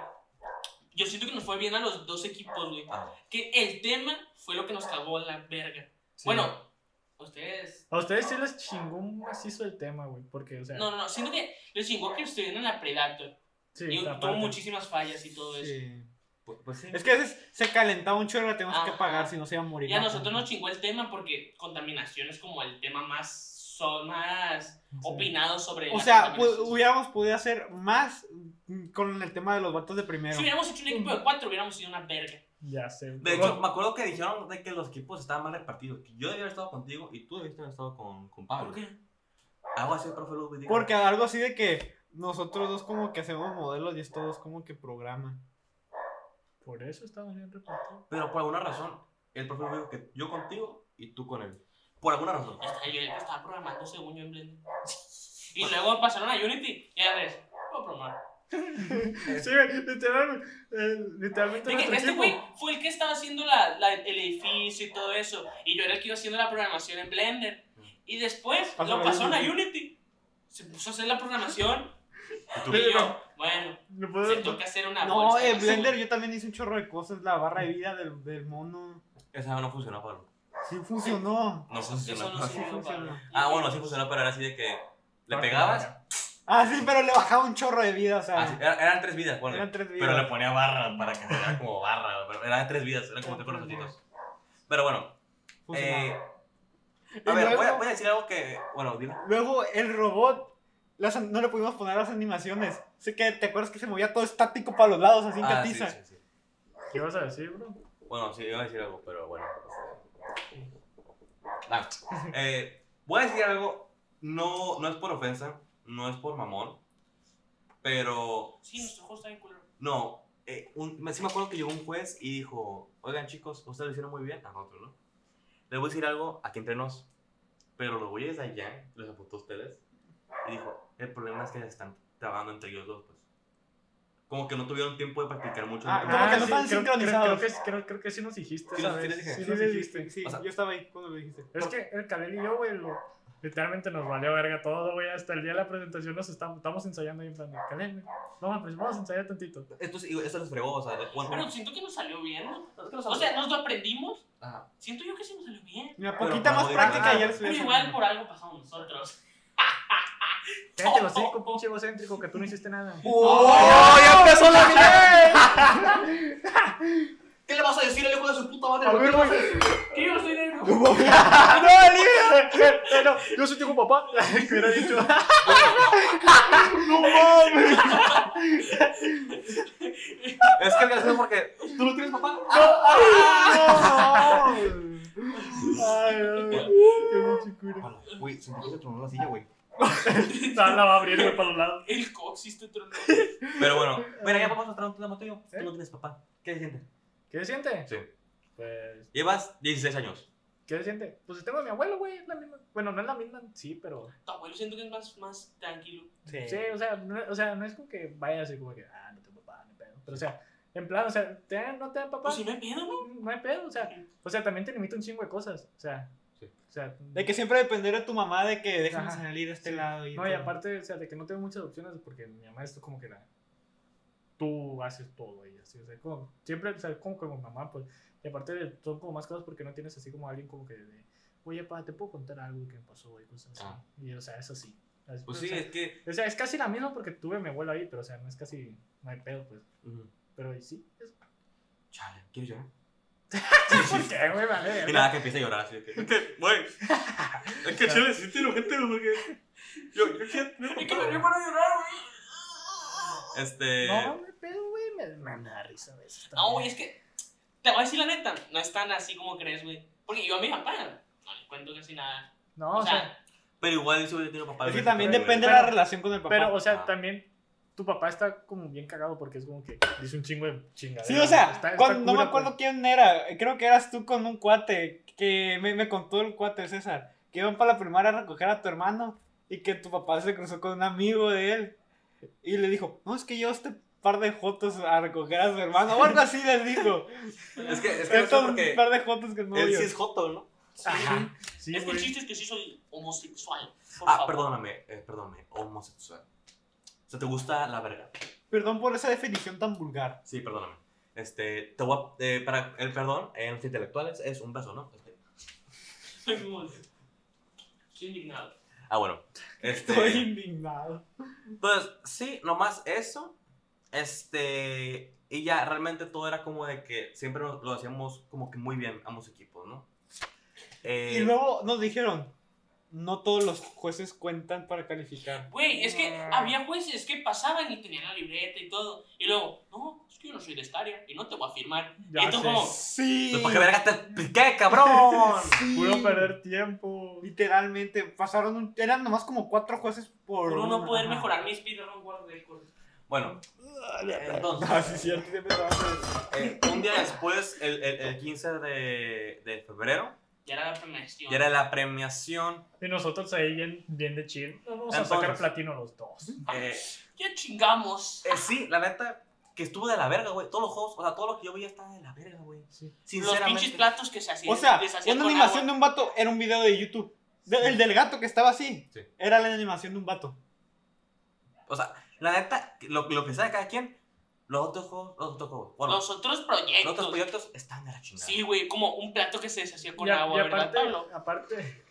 yo siento que nos fue bien a los dos equipos, güey. ah, Que el tema fue lo que nos cagó la verga. Bueno, ustedes. A ustedes sí les chingó un macizo el tema, güey. Porque, o sea. No, no, no. Siento que los chingó que estuvieron en la Predator. sí, Y aparte. tuvo muchísimas fallas y todo eso. Sí. pues, pues sí. Es que a veces se calentaba un chorro, la tenemos que Ajá. apagar, si no se iba a morir. Y a nosotros nos chingó el tema porque contaminación es como el tema más. Son más Sí. opinado sobre. O la sea, pues, contaminación. hubiéramos podido hacer más mm, con el tema de los vatos de primero. si hubiéramos hecho un equipo de cuatro, hubiéramos sido una verga. Ya sé. De hecho, me acuerdo que dijeron de que los equipos estaban mal repartidos. Que yo debía haber estado contigo y tú debiste haber estado con, con Pablo. ¿Por qué? Algo así, profe Luis. dígame. Porque algo así de que nosotros dos como que hacemos modelos y estos dos como que programan. Por eso estamos bien repartidos. Pero por alguna razón, el profe Luis dijo que yo contigo y tú con él. Por alguna razón. Hasta yo ya estaba programando según yo en Blender. Y luego pasaron a Unity y ya ves, voy a programar. Sí, güey, literalmente. literalmente. De que nuestro este equipo- güey fue el que estaba haciendo la, la- el edificio y todo eso. Y yo era el que iba haciendo la programación en Blender. Y después Pasó lo a pasaron a Unity. Unity. Se puso a hacer la programación. Y tú, Y yo, bueno, No se puedo. toca hacer una No, bolsa, en sé, Blender güey. yo también hice un chorro de cosas, la barra de vida del, del mono. esa no funcionó, Pablo. Sí funcionó. No funcionó. Eso no Pablo. sí sirvió para- funciona. Ah, bueno, sí funcionó, pero era así de que le pegabas. Ah, sí, pero le bajaba un chorro de vida, o sea. así- era- eran tres vidas, ponle. eran tres Pero le vidas. ponía barra para que se viera como barra. Pero eran tres vidas, eran como tres corazoncitos. Pero bueno, Funcionaba. eh, Y a ver, voy a, luego- voy a decir algo que. Bueno, dime. Luego el robot, las an- no le pudimos poner las animaciones. Sé que te acuerdas que se movía todo estático para los lados, así en Ah, sí, catiza. sí, sí. ¿Qué vas a decir, bro? Bueno, sí, iba a decir algo, pero bueno. Nah. Eh, voy a decir algo, no, no es por ofensa, no es por mamón, pero Sí, nuestro juego está bien culero. no. eh, un- me- sí me acuerdo que llegó un juez y dijo, oigan chicos, ustedes lo hicieron muy bien, a nosotros, ¿no? Les voy a decir algo aquí entre nos, pero lo voy desde allá, les apuntó a ustedes, y dijo, el problema es que se están trabajando entre ellos dos, pues. Como que no tuvieron tiempo de practicar mucho. Ah, entre como ellos. que no sí, estaban creo- creo- sincronizados. Creo, que, creo, creo que sí nos dijiste. Sí, esa nos- sí vez. les dije. Sí Sí, nos le dijiste. dijiste, sí, O sea- yo estaba ahí cuando lo dijiste. Es que el Kalel y yo, güey, lo- literalmente nos valió verga todo, güey. Hasta el día de la presentación nos estamos, estamos ensayando ahí en plan de Kalel, güey. Vamos, pues vamos a ensayar tantito. Entonces, digo, eso les fregó, o sea, de- bueno, Pero siento que nos salió bien. ¿no? es que los- O sea, nos lo aprendimos. Ajá. Siento yo que sí nos salió bien. Mira, Pero poquita para más poder- práctica Ah, ayer Pero igual por algo pasamos nosotros. Cállate los Oh, cinco, pinche egocéntrico, que tú no hiciste nada. ¡Oh! ¡Ya empezó la vida! ¿Qué le vas a decir al hijo de su puta madre? A ver, güey. Ah, Que yo soy negro. ¡No, Libre! Eh, no, yo soy tu papá. Hubiera dicho. ¡No mames! Es que el caso es porque tú no tienes papá. ¡Ah! Ay, no, güey. Qué pinche cura. Hola, Güey, se me hizo tronar la silla, güey. No, la va a abrir, güey, para los lados. El coxis te tronó. Pero bueno, mira, ya vamos a entrar a un tema tuyo. ¿Eh? Tú no tienes papá. ¿Qué se siente? ¿Qué se siente? Sí. Pues, Llevas 16 años. ¿qué se siente? Pues el tema de mi abuelo, güey, es la misma. Bueno, no es la misma, sí, pero. Tu abuelo siento que es más, más tranquilo. Sí, o sea, no, o sea, no es como que vaya así como que, ah, no tengo papá, no hay pedo. Pero, o sea, en plan, o sea, te dan- no te dan papá, Pues si me pedo, ¿no? no hay pedo, o sea, o sea, también te limita un chingo de cosas, o sea, Sí. o sea, De que siempre depender de tu mamá de que déjame Ajá. salir de este Sí. lado. Y no, y todo. aparte, o sea, de que no tengo muchas opciones porque mi mamá es como que la, tú haces todo y así, o sea, como, siempre, o sea, como como mamá, pues, y aparte de- son como más cosas porque no tienes así como alguien como que de, oye, papá, te puedo contar algo que me pasó y cosas así, Ah. y o sea, es así, Es, Pues o sí, sea, es que. o sea, es casi la misma porque tuve a mi abuelo ahí, pero o sea, no es casi. No hay pedo, pues. Ujú. Pero sí. es- Chale, ¿quieres llorar? ¿Por qué, güey? Vale, Y verga. nada, que empiece a llorar así. de que, Es que, güey. Es que chile, sí tiene gente, güey, porque. Yo, yo Es que me dio para llorar, güey. Este. No, no hay pedo, güey. Me, me- me da risa a veces. No, también. güey, es que. Te voy a decir la neta, no es tan así como crees, güey. Porque yo a mi papá no le cuento casi nada. No, o sea. Pero igual ese güey tiene papá. Es que güey, también güey. depende de Pero- la relación con el papá. Pero, o sea, Ah. también tu papá está como bien cagado porque es como que dice un chingo de chingadera. Sí, o sea, Está- está cuando- no me cura, acuerdo pues. quién era. Creo que eras tú con un cuate que me, me contó el cuate César. Que iban para la primaria a recoger a tu hermano y que tu papá se cruzó con un amigo de él. Y le dijo, no, es que yo este par de jotos a recoger a su hermano. O algo así les dijo. Es que, es que no sé Estos porque. par pues. de jotos que no Él vio. sí es Joto, ¿no? Ajá. Sí, es que el güey. chiste es que sí soy homosexual. Por Ah, favor. perdóname, eh, perdóname, homosexual. O sea, ¿te gusta la verga? Perdón por esa definición tan vulgar. Sí, perdóname. Este, te voy a- eh, para el perdón en los intelectuales es un beso, ¿no? Este, Soy como- Estoy indignado. ah, bueno. Este, Estoy indignado. Pues sí, nomás eso. Este. Y ya, realmente todo era como de que siempre lo, lo hacíamos como que muy bien, ambos equipos, ¿no? Eh, Y luego nos dijeron, no todos los jueces cuentan para calificar. Güey, es que Ah. había jueces que pasaban y tenían la libreta y todo. Y luego, no, es que yo no soy de esta área y no te voy a firmar. Ya y tú sé. como, Sí. pues, ¿Para qué verga te expliqué, cabrón? Sí. Puro perder tiempo. Literalmente, pasaron un- Eran nomás como cuatro jueces por. por no poder Ajá. mejorar mi speedrun world record. Bueno, entonces. Ah, sí, sí, antes de empezar, pues, Eh, un día después, el, el- el 15 de, de febrero, Ya era la premiación. ya era la premiación. Y nosotros ahí bien, bien de chill. Nos vamos Entonces. a sacar platino los dos. Eh, Ya chingamos. eh, sí, la neta, que estuvo de la verga, güey. Todos los juegos, o sea, todo lo que yo veía estaba de la verga, güey. Sí. Los Sinceramente. pinches platos que se hacían. O sea, deshacían una con animación de agua. un vato era un video de YouTube. De- el del gato que estaba así. Sí. Era la animación de un vato. O sea, la neta, lo, lo que sea de cada quien, los otros juegos, los otros juegos. Bueno, Los otros proyectos. Los otros proyectos están de la chingada. Sí, güey, como un plato que se deshacía con Y a- y agua, ¿verdad, aparte, Pablo? aparte,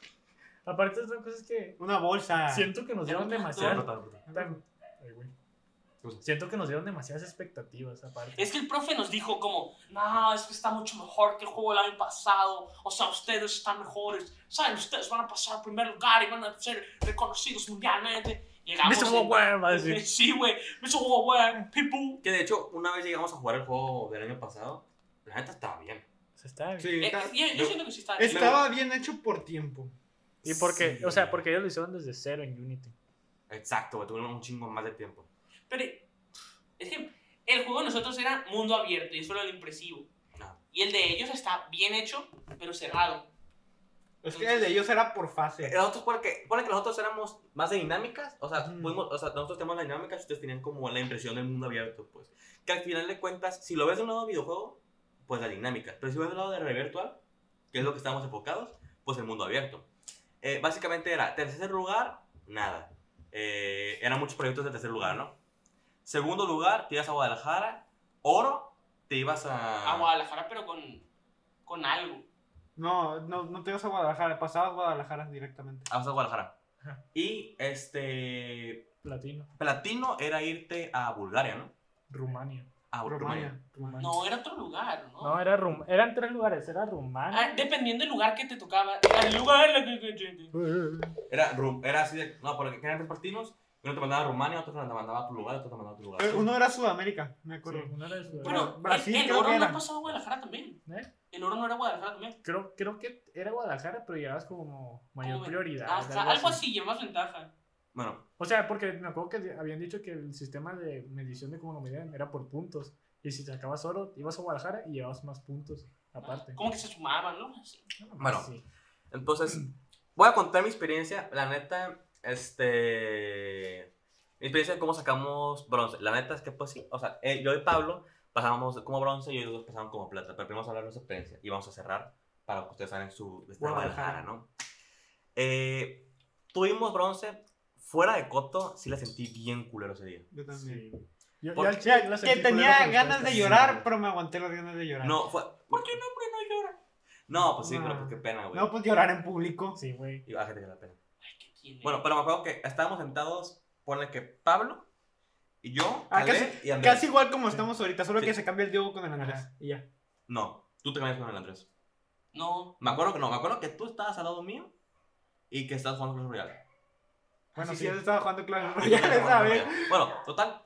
aparte, otra cosa es que Una bolsa. siento que nos dieron Era un Sí, no, demasiadas. no, no. tan- Ay, güey. Pues- Siento que nos dieron demasiadas expectativas, aparte. Es que el profe nos dijo como, no, es que está mucho mejor que el juego del año pasado. O sea, ustedes están mejores. Saben, ustedes van a pasar a primer lugar y van a ser reconocidos mundialmente. Llegamos Mr. Worldwide, va a decir. Sí, güey. Mr. Worldwide, people. Que de hecho, una vez llegamos a jugar el juego del año pasado, la neta estaba bien. Se está bien. Sí, Eh, está- eh, yo, yo yo- siento que sí está estaba bien hecho por tiempo. Y porque, Sí. o sea, porque ellos lo hicieron desde cero en Unity. Exacto, güey, tuvimos un chingo más de tiempo. Pero es que el juego de nosotros era mundo abierto y eso era lo impresivo. No. Y el de ellos está bien hecho, pero cerrado. Es que el de ellos era por fase. Nosotros, porque, pone que nosotros éramos más de dinámicas, o sea, Mm. pudimos- o sea, nosotros teníamos la dinámica y ustedes tenían como la impresión del mundo abierto, pues. Que al final de cuentas, si lo ves de un lado videojuego, pues la dinámica. Pero si lo ves del lado de realidad virtual, que es lo que estábamos enfocados, pues el mundo abierto. Eh, básicamente era tercer lugar, nada. Eh, eran muchos proyectos de tercer lugar, ¿no? Segundo lugar, te ibas a Guadalajara. Oro, te ibas a. A Guadalajara, pero con, con algo. No, no, no te ibas a Guadalajara. Pasabas a Guadalajara directamente. a Guadalajara. Ajá. Y este. Platino. Platino era irte a Bulgaria, ¿no? Rumania. A Rumania. Rumania. Rumania. No, era otro lugar, ¿no? No, era Rum eran tres lugares. Era Rumania. Ah, dependiendo del lugar que te tocaba. El lugar en el que- Era, rum- era así de. No, porque eran tres partidos. Uno te mandaba a Rumania, otro te mandaba a tu lugar, otro te mandaba a tu lugar. Pero uno era Sudamérica, me acuerdo. Sí, no era de Sudamérica. Bueno, Brasil el, el creo oro que no era. pasaba a Guadalajara también. ¿Eh? El oro no era Guadalajara también. Creo, creo que era Guadalajara, pero llevabas como mayor Como- prioridad. Hasta algo así. llevas ventaja. Bueno, O sea, porque me acuerdo que habían dicho que el sistema de medición de cómo lo medían era por puntos. Y si sacabas oro, ibas a Guadalajara y llevabas más puntos aparte. Como que se sumaban, ¿no? Así. No, no, Bueno. sí. entonces. Voy a contar mi experiencia. La neta, este. Mi experiencia de cómo sacamos bronce. La neta es que, pues sí. O sea, eh, yo y Pablo pasábamos como bronce y ellos dos pasaban como plata. Pero primero vamos a hablar de nuestra experiencia. Y vamos a cerrar para que ustedes saben su. de esta Guadalajara, ¿no? Eh, tuvimos bronce. Fuera de Coto, sí la sentí bien culero ese día. Yo también. Sí. Yo, Porque- al chile la pues que sentí culero tenía con ganas de ustedes llorar, pero me aguanté las ganas de llorar. No, fue. ¿Por qué un hombre no llora? No, pues sí, Ah. pero pues qué pena, güey. No, pues llorar en público. también. Sí, güey. Y bájate de la pena. Ay, qué quién Bueno, pero me acuerdo que estábamos sentados, ponle que Pablo y yo, Ah, Ale casi, y Andrés. casi igual como estamos ahorita, solo Sí. que se cambia el Diego con el Andrés. Ajá, y ya. No, tú te cambiaste con el Andrés. No. Me acuerdo que no, me acuerdo que tú estabas al lado mío y que estabas jugando Clash Royale. Bueno, Así sí, yo es. estaba jugando Clash Y yo Royale, estaba jugando ¿sabes? Royale. Bueno, total.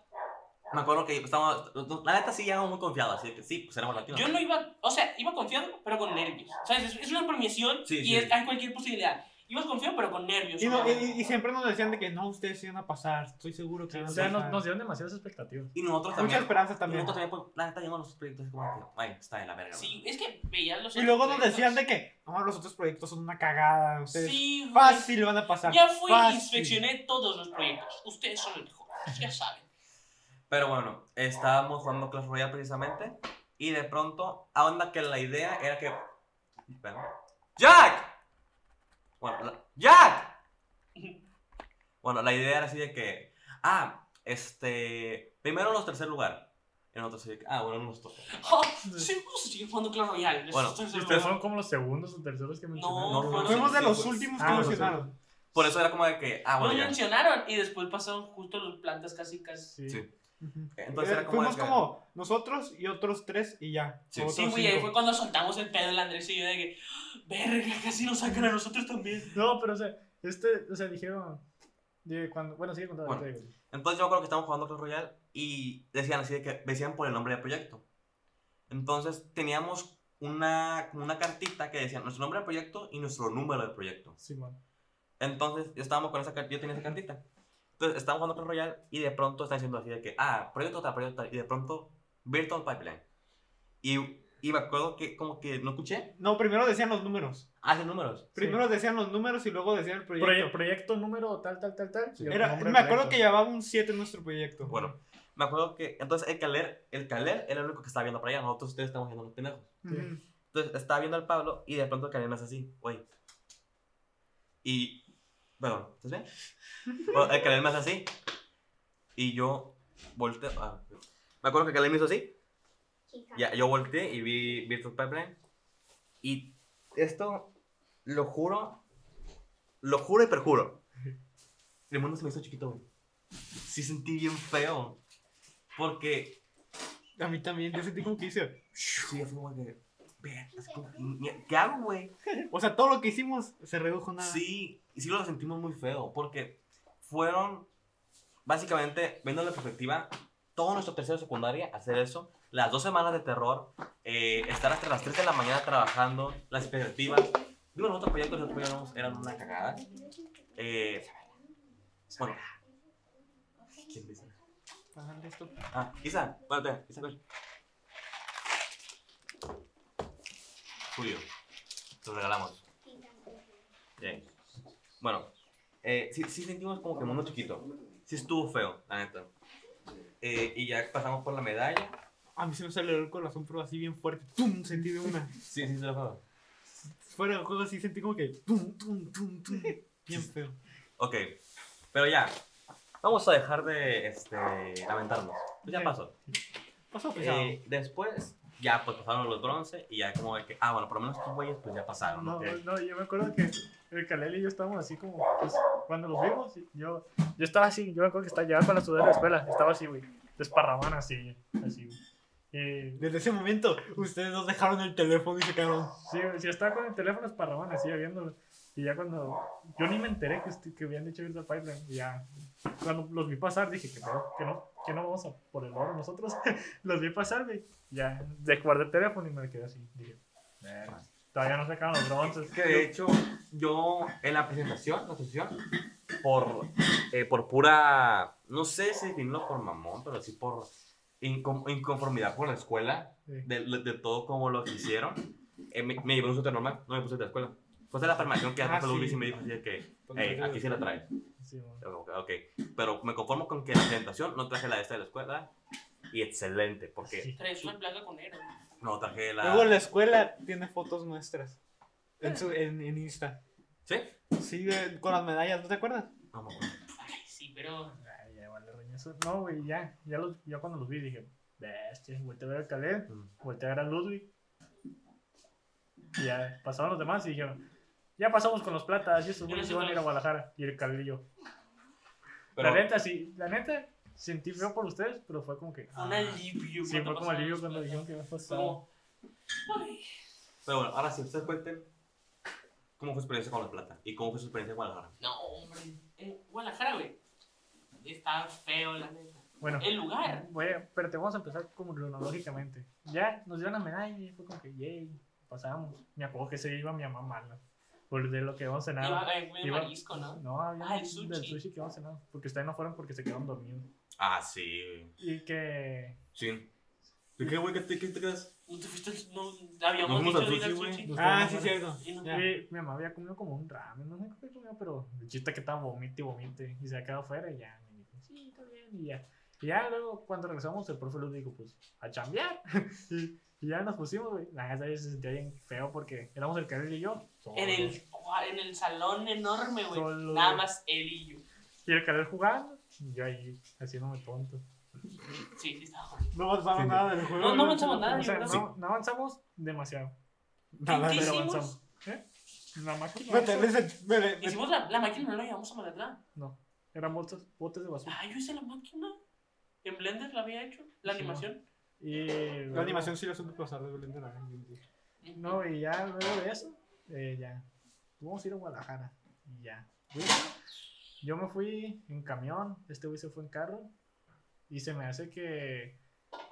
Me acuerdo que estábamos. La neta sí llegamos muy confiados, así que sí, pues éramos latinos. Yo no iba, o sea, iba confiado, pero con nervios. ¿Sabes? Es, es una premiación Sí, y sí. es- hay cualquier posibilidad. Ibas confiado, pero con nervios. Y, no- y- obviamente. y- y siempre nos decían de que no, ustedes se iban a pasar, estoy seguro que O iban a sea, nos, pasar. nos dieron demasiadas expectativas. Y nosotros Muchas también. esperanzas Y también. nosotros también, pues, la neta llegamos a los proyectos así como que, ay, está de la verga. Sí, es que veías los Y luego nos otros decían de proyectos. que, no, los otros proyectos son una cagada, ustedes Sí, güey. fácil van a pasar. Ya fui e fácil". inspeccioné todos los proyectos. Ustedes son los mejores, ya saben. Pero bueno, estábamos jugando Clash Royale precisamente. Y de pronto, a onda que la idea era que. Perdón. ¡Jack! Bueno, la- ¡Jack! Bueno, la idea era así de que. Ah, este. Primero los tercer lugar. Y nosotros así de que, Ah, bueno, nos tocó. Oh, sí, vamos a seguir jugando Clash Royale. Bueno, Esto es- Ustedes fueron como los segundos o terceros que mencionaron. No, no, Fuimos sí, de sí, los pues. últimos Ah, que los mencionaron. Por eso era como de que. Ah, Los bueno, ya. mencionaron y después pasaron justo los plantas casi casi. Sí. Sí. Ujú. Entonces Pues era Eh, como de Fuimos que- como nosotros y otros tres y ya. Sí. O otros Sí, güey, ahí cinco. fue cuando soltamos el pedo el Andrés y yo de que, "Ah, verga, casi nos sacan a nosotros también. No, pero o sea, este, o sea, dijeron. de cuando, bueno, sigue contando. Bueno. te digo. Entonces yo me acuerdo que estábamos jugando Clash Royale y decían así de que decían por el nombre del proyecto. Entonces teníamos una, como una cartita que decía nuestro nombre del proyecto y nuestro número del proyecto. Simón. Entonces yo estábamos con esa cartita, yo tenía esa cartita. Entonces estábamos jugando Clash Royale y de pronto están diciendo así de que, ah, proyecto tal, proyecto tal, y de pronto Virtual Pipeline. Y, y me acuerdo que como que no escuché, No, primero decían los números. hace números. Primero decían los números y luego decían el Proye- proyecto. Proyecto, número tal, tal, tal, tal. y el Era- nombre me del acuerdo que proyecto. llevaba un 7 en nuestro proyecto. Bueno, me acuerdo que entonces el Caler, el Caler era el único que estaba viendo para allá, nosotros ustedes estamos viendo los pendejos. Ujú. Entonces estaba viendo al Pablo y de pronto el Canelo hace así, güey. Y. Perdón, ¿estás bien? Bueno, el Canelo me hace así. Y yo volteo. ah, me acuerdo que el Canelo me hizo así. Ya, yo volteé y vi Virtual Pipeline. Y esto, lo juro, lo juro y perjuro. El mundo se me hizo chiquito, güey. Sí sentí bien feo. Porque A mí también, yo sentí como que hice. sí, fue como que. "Verga, es como- ¿Qué hago, güey? O sea, todo lo que hicimos se redujo a nada. Sí, y sí lo sentimos muy feo, porque fueron, básicamente, viendo la perspectiva, todo nuestro tercero de secundaria, hacer eso, las dos semanas de terror, eh, estar hasta las 3 de la mañana trabajando, las expectativas. Digo, los otros proyectos que nosotros eran una cagada. Eh, bueno. ¿Quién dice? Págale esto. Ah, Isa, espérate, Isa, ven. Tuyo. Te lo regalamos. Bien. Bueno, eh, sí, sí sentimos como que mundo chiquito. Sí estuvo feo, la neta. Eh, y ya pasamos por la medalla. A mí se me salió el corazón, pero así bien fuerte. ¡Tum! Sentí de una. Sí, sí, se lo feo. Fuera de juego, así sentí como que. ¡Tum! ¡Tum! ¡Tum! ¡Tum! Bien feo. Ok, pero ya. Vamos a dejar de este, lamentarnos. Pues ya Ok. pasó. Pasó pues pesado. Eh, después, ya pues pasaron los bronce y ya como de que, ah, bueno, por lo menos estos güeyes pues ya pasaron. No, ok. no, yo me acuerdo que el Kalel y yo estábamos así como, pues, cuando los vimos, yo, yo estaba así, yo me acuerdo que estaba llevando con la sudadera de la escuela, estaba así, güey, desparramán así, así, güey. Y, Desde ese momento, ustedes dos dejaron el teléfono y se quedaron. sí, güey, sí, estaba con el teléfono esparramán así, viéndolo. Y ya cuando, yo ni me enteré que, est- que habían dicho Virtual Pipeline, y ya, cuando los vi pasar, dije, que no, que no, que no vamos a por el oro nosotros, los vi pasar, güey, ya, desguardé el teléfono y me quedé así, dije, "Verga, todavía no sacaron los bronces. Que de hecho, yo en la presentación, la sesión, por, eh, por pura, no sé si definirlo por mamón, pero sí por incon- inconformidad con la escuela, Sí. de, de- de todo como lo que hicieron, eh, me, me llevé un suéter normal, no me puse el de la escuela. Fue hasta la formación que Ah, hace Luis y sí. Pues me dijo así de que, hey, aquí sí la traes. Sí, güey. Yo como que, Ok, pero me conformo con que en la presentación no traje la de esta de la escuela y excelente, porque Traes una placa con negro. no traje Luego la... la escuela tiene fotos nuestras. En, su, en, en Insta. ¿Sí? Sí, de- con las medallas, ¿no te acuerdas? No, me acuerdo. Ay, sí, pero. Ay, ya vale reñazo. No, güey, ya. Ya, los, ya cuando los vi dije, bestia, volteé a ver a Caleb, Mm. volteé a ver a Ludwig. Y ya pasaron los demás y dijeron, Ya pasamos con los platas y estos Yo no güeyes sé iban a ir a cuáles. Guadalajara y el cabrillo. Pero, La neta, sí, la neta, sentí feo por ustedes, pero fue como que. Fue ah, un alivio. Sí, fue cuando como pasaron alivio los cuando platos. dijeron que me Fue pasó. como, ay, pero bueno, ahora sí, ustedes cuenten cómo fue su experiencia con La Plata y cómo fue su experiencia con Guadalajara. No, hombre. En Guadalajara, güey. Está feo, la neta. Bueno, El lugar. voy a- pero te vamos a empezar como cronológicamente. Ya nos dieron la medalla y fue como que, yay, pasamos. Me acuerdo que se iba mi mamá mala. Por de lo que íbamos a cenar. Iba, eh, güey, Iba- marisco, ¿no? No, había Ah, el del sushi. sushi que íbamos a cenar. Porque ustedes no fueron porque se quedaron dormidos. Ah, sí, güey. Y que. Sí. ¿De qué, güey? ¿Qué te, qué te crees? No te fuiste, al- no, habíamos Nos fuimos al dicho de ir al sushi, sushi. güey. Ah, sí, cierto. Y no- Ya. y mi mamá había comido como un ramen, no sé qué comió, pero el chiste que estaba vomite y vomite. Y se ha quedado afuera y ya. Me dijo, sí, está bien. Y ya. Y ya luego, cuando regresamos, el profe les dijo, pues, a chambear. y, y ya nos pusimos, güey. La neta yo se sentía bien feo porque éramos el Karel y yo. En el, ah, en el salón enorme, güey. Solo, Nada güey. más él y yo. Y el Karel jugando. Y yo ahí, haciéndome tonto. Sí, sí, estaba. No avanzamos Sí. nada del juego. No, no avanzamos nada. O sea, yo creo. no, no avanzamos demasiado. Nada, ¿Qué pero- Pero hicimos? avanzamos. ¿Eh? La máquina. Meterles el- me- me- Hicimos la, la máquina, no la llevamos a Mazatlán. No, eran bolsas, botes de basura. Ah, yo hice la máquina. En Blender la había hecho. La Sí, animación. Y luego- La animación sí la supe pasar de Belén de la Vega. No, y ya luego de eso, eh, ya. Vamos a ir a Guadalajara. Y ya. Güey, Yo me fui en camión, este güey se fue en carro. Y se me hace que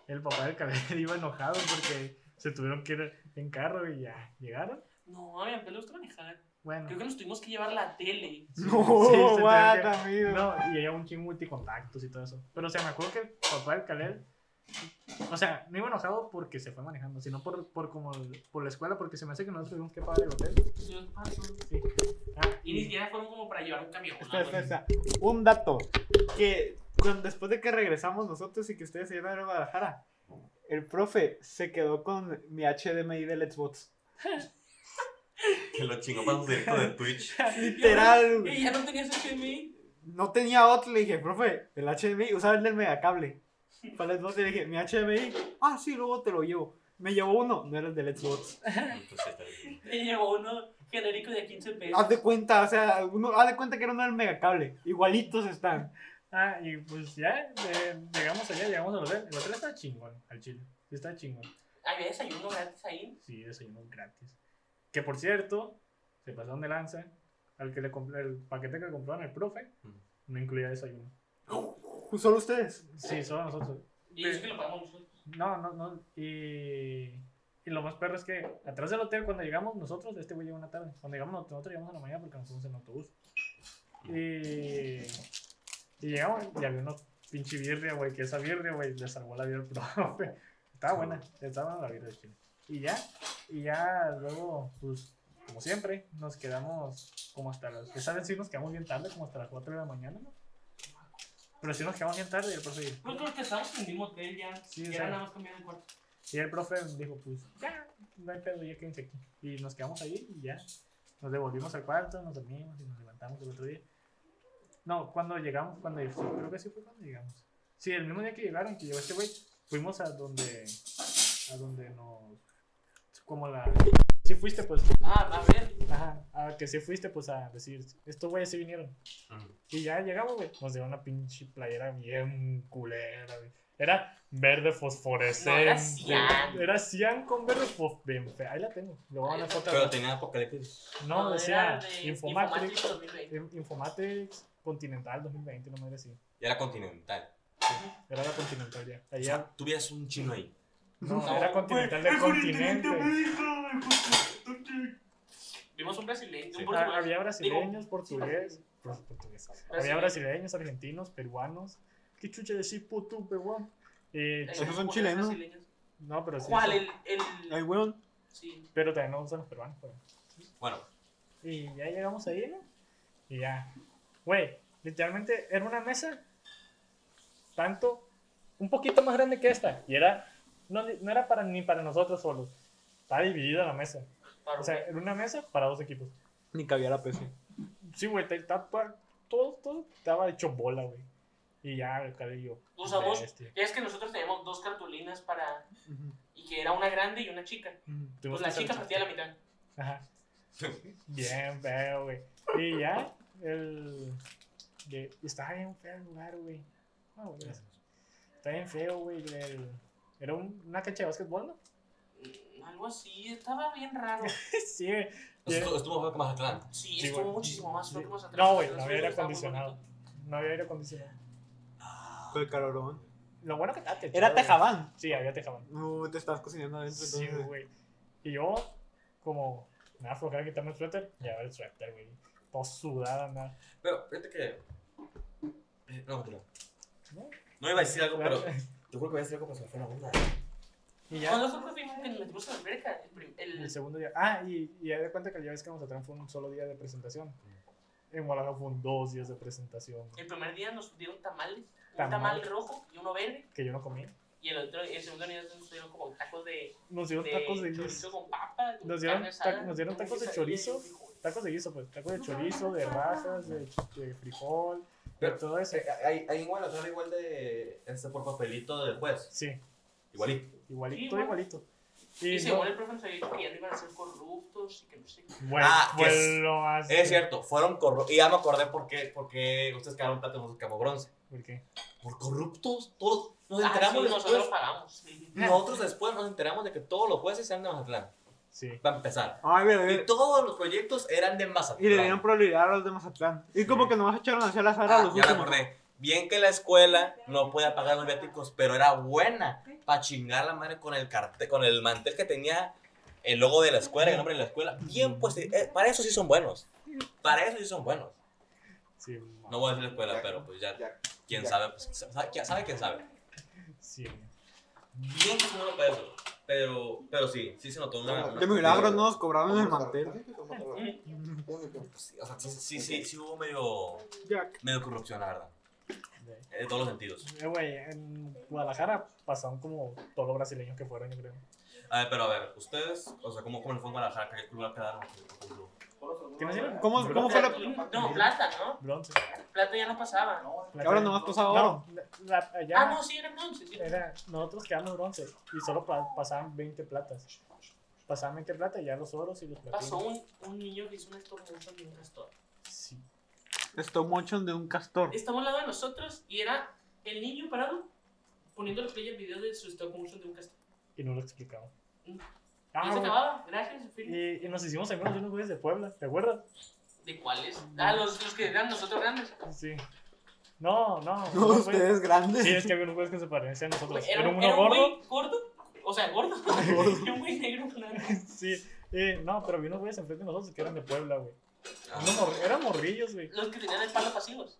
el papá del caballero iba enojado porque se tuvieron que ir en carro y ya llegaron. No, a mi papá le gusta manejar. Bueno. Creo que nos tuvimos que llevar la tele. sí, No, sí, se tuvieron que- what, amigo. No, y había un chingo multicontactos y todo eso. Pero o sea, me acuerdo que el papá del Calel, o sea, no iba enojado porque se fue manejando, sino por, por como por la escuela, porque se me hace que nosotros tuvimos que pagar el hotel. Yo, ah, no. Sí. Ah, Y ni siquiera fueron como para llevar un camión. Ah, Espera, ¿no? espera, espera. Un dato. Que cuando- después de que regresamos nosotros y que ustedes se iban a ir a Guadalajara, el profe se quedó con mi HDMI de Let's Bots. Que lo chingó para su directo de Twitch. Literal, güey. Ey, ya no tenías HDMI. No tenía otro, le dije, profe, el HDMI, usaba el del megacable. Para Let's Bots le dije, mi HDMI, ah, sí, luego te lo llevo. Me llevó uno, no era el de Let's Bots. Entonces, pues, está bien. Y llevó uno genérico de 15 pesos. Haz de cuenta, o sea, uno, haz de cuenta que era uno del megacable. Igualitos están. Ah, y pues ya eh, llegamos allá, llegamos al hotel. El hotel está chingón, al chile. Sí Está chingón. Había desayuno gratis ahí. Sí, desayunos gratis. Que por cierto, se pasaron de lanza. Al que le compré, el paquete que le compraron al profe, Ujú. no incluía desayuno. Solo ustedes. Sí, solo nosotros. Y es que lo pagamos nosotros. No, no, no. Y, y lo más perro es que atrás del hotel, cuando llegamos nosotros, este güey llegó en la tarde. Cuando llegamos nosotros, llegamos en la mañana porque nos fuimos en autobús. Y, y llegamos y había una pinche birria, güey, que esa birria, güey, le salvó la vida al profe. Estaba buena, estaba buena la birria de Chile. Y ya, y ya luego, pues, como siempre, nos quedamos como hasta las... Esa vez sí nos quedamos bien tarde, como hasta las 4 de la mañana, ¿no? Pero sí nos quedamos bien tarde y el profe dijo, Pues, Creo que los que estábamos en el mismo hotel ya. Sí, era o sea. nada más cambiar de cuarto. Y el profe dijo, pues ya, no hay pedo, ya quédense aquí. Y nos quedamos ahí y ya. Nos devolvimos al cuarto, nos dormimos y nos levantamos el otro día. No, cuando llegamos, cuando sí, creo que sí fue cuando llegamos. Sí, el mismo día que llegaron, que llegó este güey, fuimos a donde, a donde nos, como la, sí fuiste pues, Ah, a ver. ajá, a que sí fuiste pues a decir, estos güeyes sí vinieron. Y ya llegamos, güey, nos dieron Pues una pinche playera bien culera, güey. Era verde fosforescente. No, era cian. Era cian con verde fosforescente. Ahí la tengo. Le voy a dar una foto. Pero tenía apocalipsis. No, era decía de Infomatrix. Infomatrix 2020. In- Infomatrix Continental 2020, no me decía. Ya era continental. Era la Continental ya. O Allá, sea, tú veías un chino ahí. no, no, era Continental del continente. pues, Vimos un brasileño, Sí. un Ah, portugués. había brasileños, Digo, portugueses. Había brasileños, argentinos, peruanos. ¿Qué chucha decir puto, peruano? Eh, Eh, chi- Esos son portugueses, chilenos. brasileños. no, pero sí. ¿Cuál? sí. El, el, Ay, weón. Sí. Pero también nos gustan los peruanos. pero- Bueno, Y ya llegamos ahí, ¿no? Y ya. Güey, literalmente era una mesa tanto, un poquito más grande que esta. Y era, no, no era para, ni para nosotros solos. Estaba dividida la mesa. Para O sea, era una mesa para dos equipos. Ni cabía la PC. Sí, güey, te- estaba pa- todo, todo estaba hecho bola, güey. Y ya, el cabello. Usamos- bestia. Es que nosotros teníamos dos cartulinas para... Y que era una grande y una chica. Pues Tuvimos la que chica hacer- partía la mitad. Ajá. Bien feo, güey. Y ya, el. de- estaba bien feo el lugar, güey. Ah, güey, Está bien feo, güey. el- Era un- una cancha de básquetbol, ¿no? Mm, Algo así, estaba bien raro. sí, güey. Estuvo estuvo feo que Mazatlán. Sí, Sí, estuvo güey. muchísimo más feo que más atrás. No, güey, no Estaba había aire muy acondicionado. bonito. No había aire acondicionado. Con el calorón. Lo bueno que estaba techado, Era güey. Tejabán. Sí, había tejabán. No, te estabas cocinando adentro. Sí, entonces. güey. Y yo, como, me da flojera quitarme el suéter, llevaba el suéter, güey. Todo sudada, nada. Pero, fíjate que. eh, No, no. ¿No? No iba a decir algo, pero. Yo creo que voy a decir algo, pero se me fue la onda. Y ya, ¿Cuándo fue que fuimos que nos metimos en la alberca? El, prim- el- el segundo día. Ah, y, y ya de cuenta que ya ves que Mazatlán fue un solo día de presentación. En Guadalajara fueron dos días de presentación el primer día nos dieron tamales. Un Tamal. tamal rojo y uno verde. que yo no comí. Y el otro, el segundo día nos dieron como tacos de, Nos de dieron tacos de chorizo guiso. con papa. con Nos dieron carne asada, ta- nos dieron con tacos de quesadilla y chorizo. frijoles. Tacos de guiso, pues. Tacos de chorizo, de rajas, de, ch- de frijol, de Pero- todo eso. Eh, Ahí ahí en Guadalajara, igual de. Este por papelito del juez. Sí, Igualito. igualito, Igual. igualito. Y, Y no- según el profe nos había dicho que ya no iban a ser corruptos y que no sé qué. Güey, Ah, fue que es- lo más- Es cierto, fueron corruptos. Y ya me acordé por qué, por qué ustedes quedaron tanto nosotros quedamos bronce. ¿Por qué? Por corruptos, todos. Nos Ah, sí, enteramos nosotros después. pagamos. sí. Nosotros después nos enteramos de que todos los jueces eran de Mazatlán. Sí. Para empezar. Ay, güey, Y güey. todos los proyectos eran de Eh, Y le dieron Mazatlán. prioridad a los de Mazatlán. Y como que nomás echaron hacia la Sara a Ah, los ya me últimos. acordé. Bien que la escuela no podía pagar los viáticos, pero era buena para chingar la madre con el cartel, con el mantel que tenía el logo de la escuela, el nombre de la escuela. Bien, pues eh, para eso sí son buenos. Para eso sí son buenos. Sí, No voy a decir la escuela, pero pues ya. Quién sabe, pues, sabe, quién sabe, quién sabe. sí. Bien que son buenos para eso. Pero, pero sí, sí se notó una. una- De milagro no nos cobraron el mantel. Sí, o sea, sí, sí, sí, sí hubo medio, Jack. medio corrupción, la verdad. De- En todos los sentidos. Eh, Güey, en Guadalajara pasaron como todos los brasileños que fueron, yo creo. A ver, pero a ver, ustedes, o sea, ¿cómo, cómo les fue en Guadalajara? ¿Qué lugar quedaron? ¿Qué nos dieron? ¿Cómo- Bron- cómo fue la- No, plata, ¿no? Bronce. Plata ya no pasaba. ¿no? Plata. Ahora nomás pasaba oro. No, la- la- allá Ah, no, sí, era bronce. sí. era, nosotros quedamos bronce y solo pa- pasaban 20 platas. Pasaban 20 platas y ya los oros y los platinos. Pasó un, un niño que hizo un estornudo de un castor. Sí. Stop motion de un castor. Estamos al lado de nosotros y era el niño parado poniendo el play al video de su stop motion de un castor. Y no lo explicamos. Mm. Ah, y se güey. acababa. Gracias, Phil. y, y nos hicimos amigos de unos güeyes de Puebla, ¿te acuerdas? ¿De cuáles? Ah, los, los que eran nosotros grandes. Sí. No, no. No, unos güeyes- ustedes grandes. Sí, es que había unos güeyes que se parecían a nosotros. Era, Era un- uno era un gordo. güey gordo. O sea, gordo. y un güey negro. grande. Sí, eh, no, pero vino güeyes enfrente de nosotros que eran de Puebla, güey. Uno mor- eran morrillos, güey. Los que tenían el palo pasivos.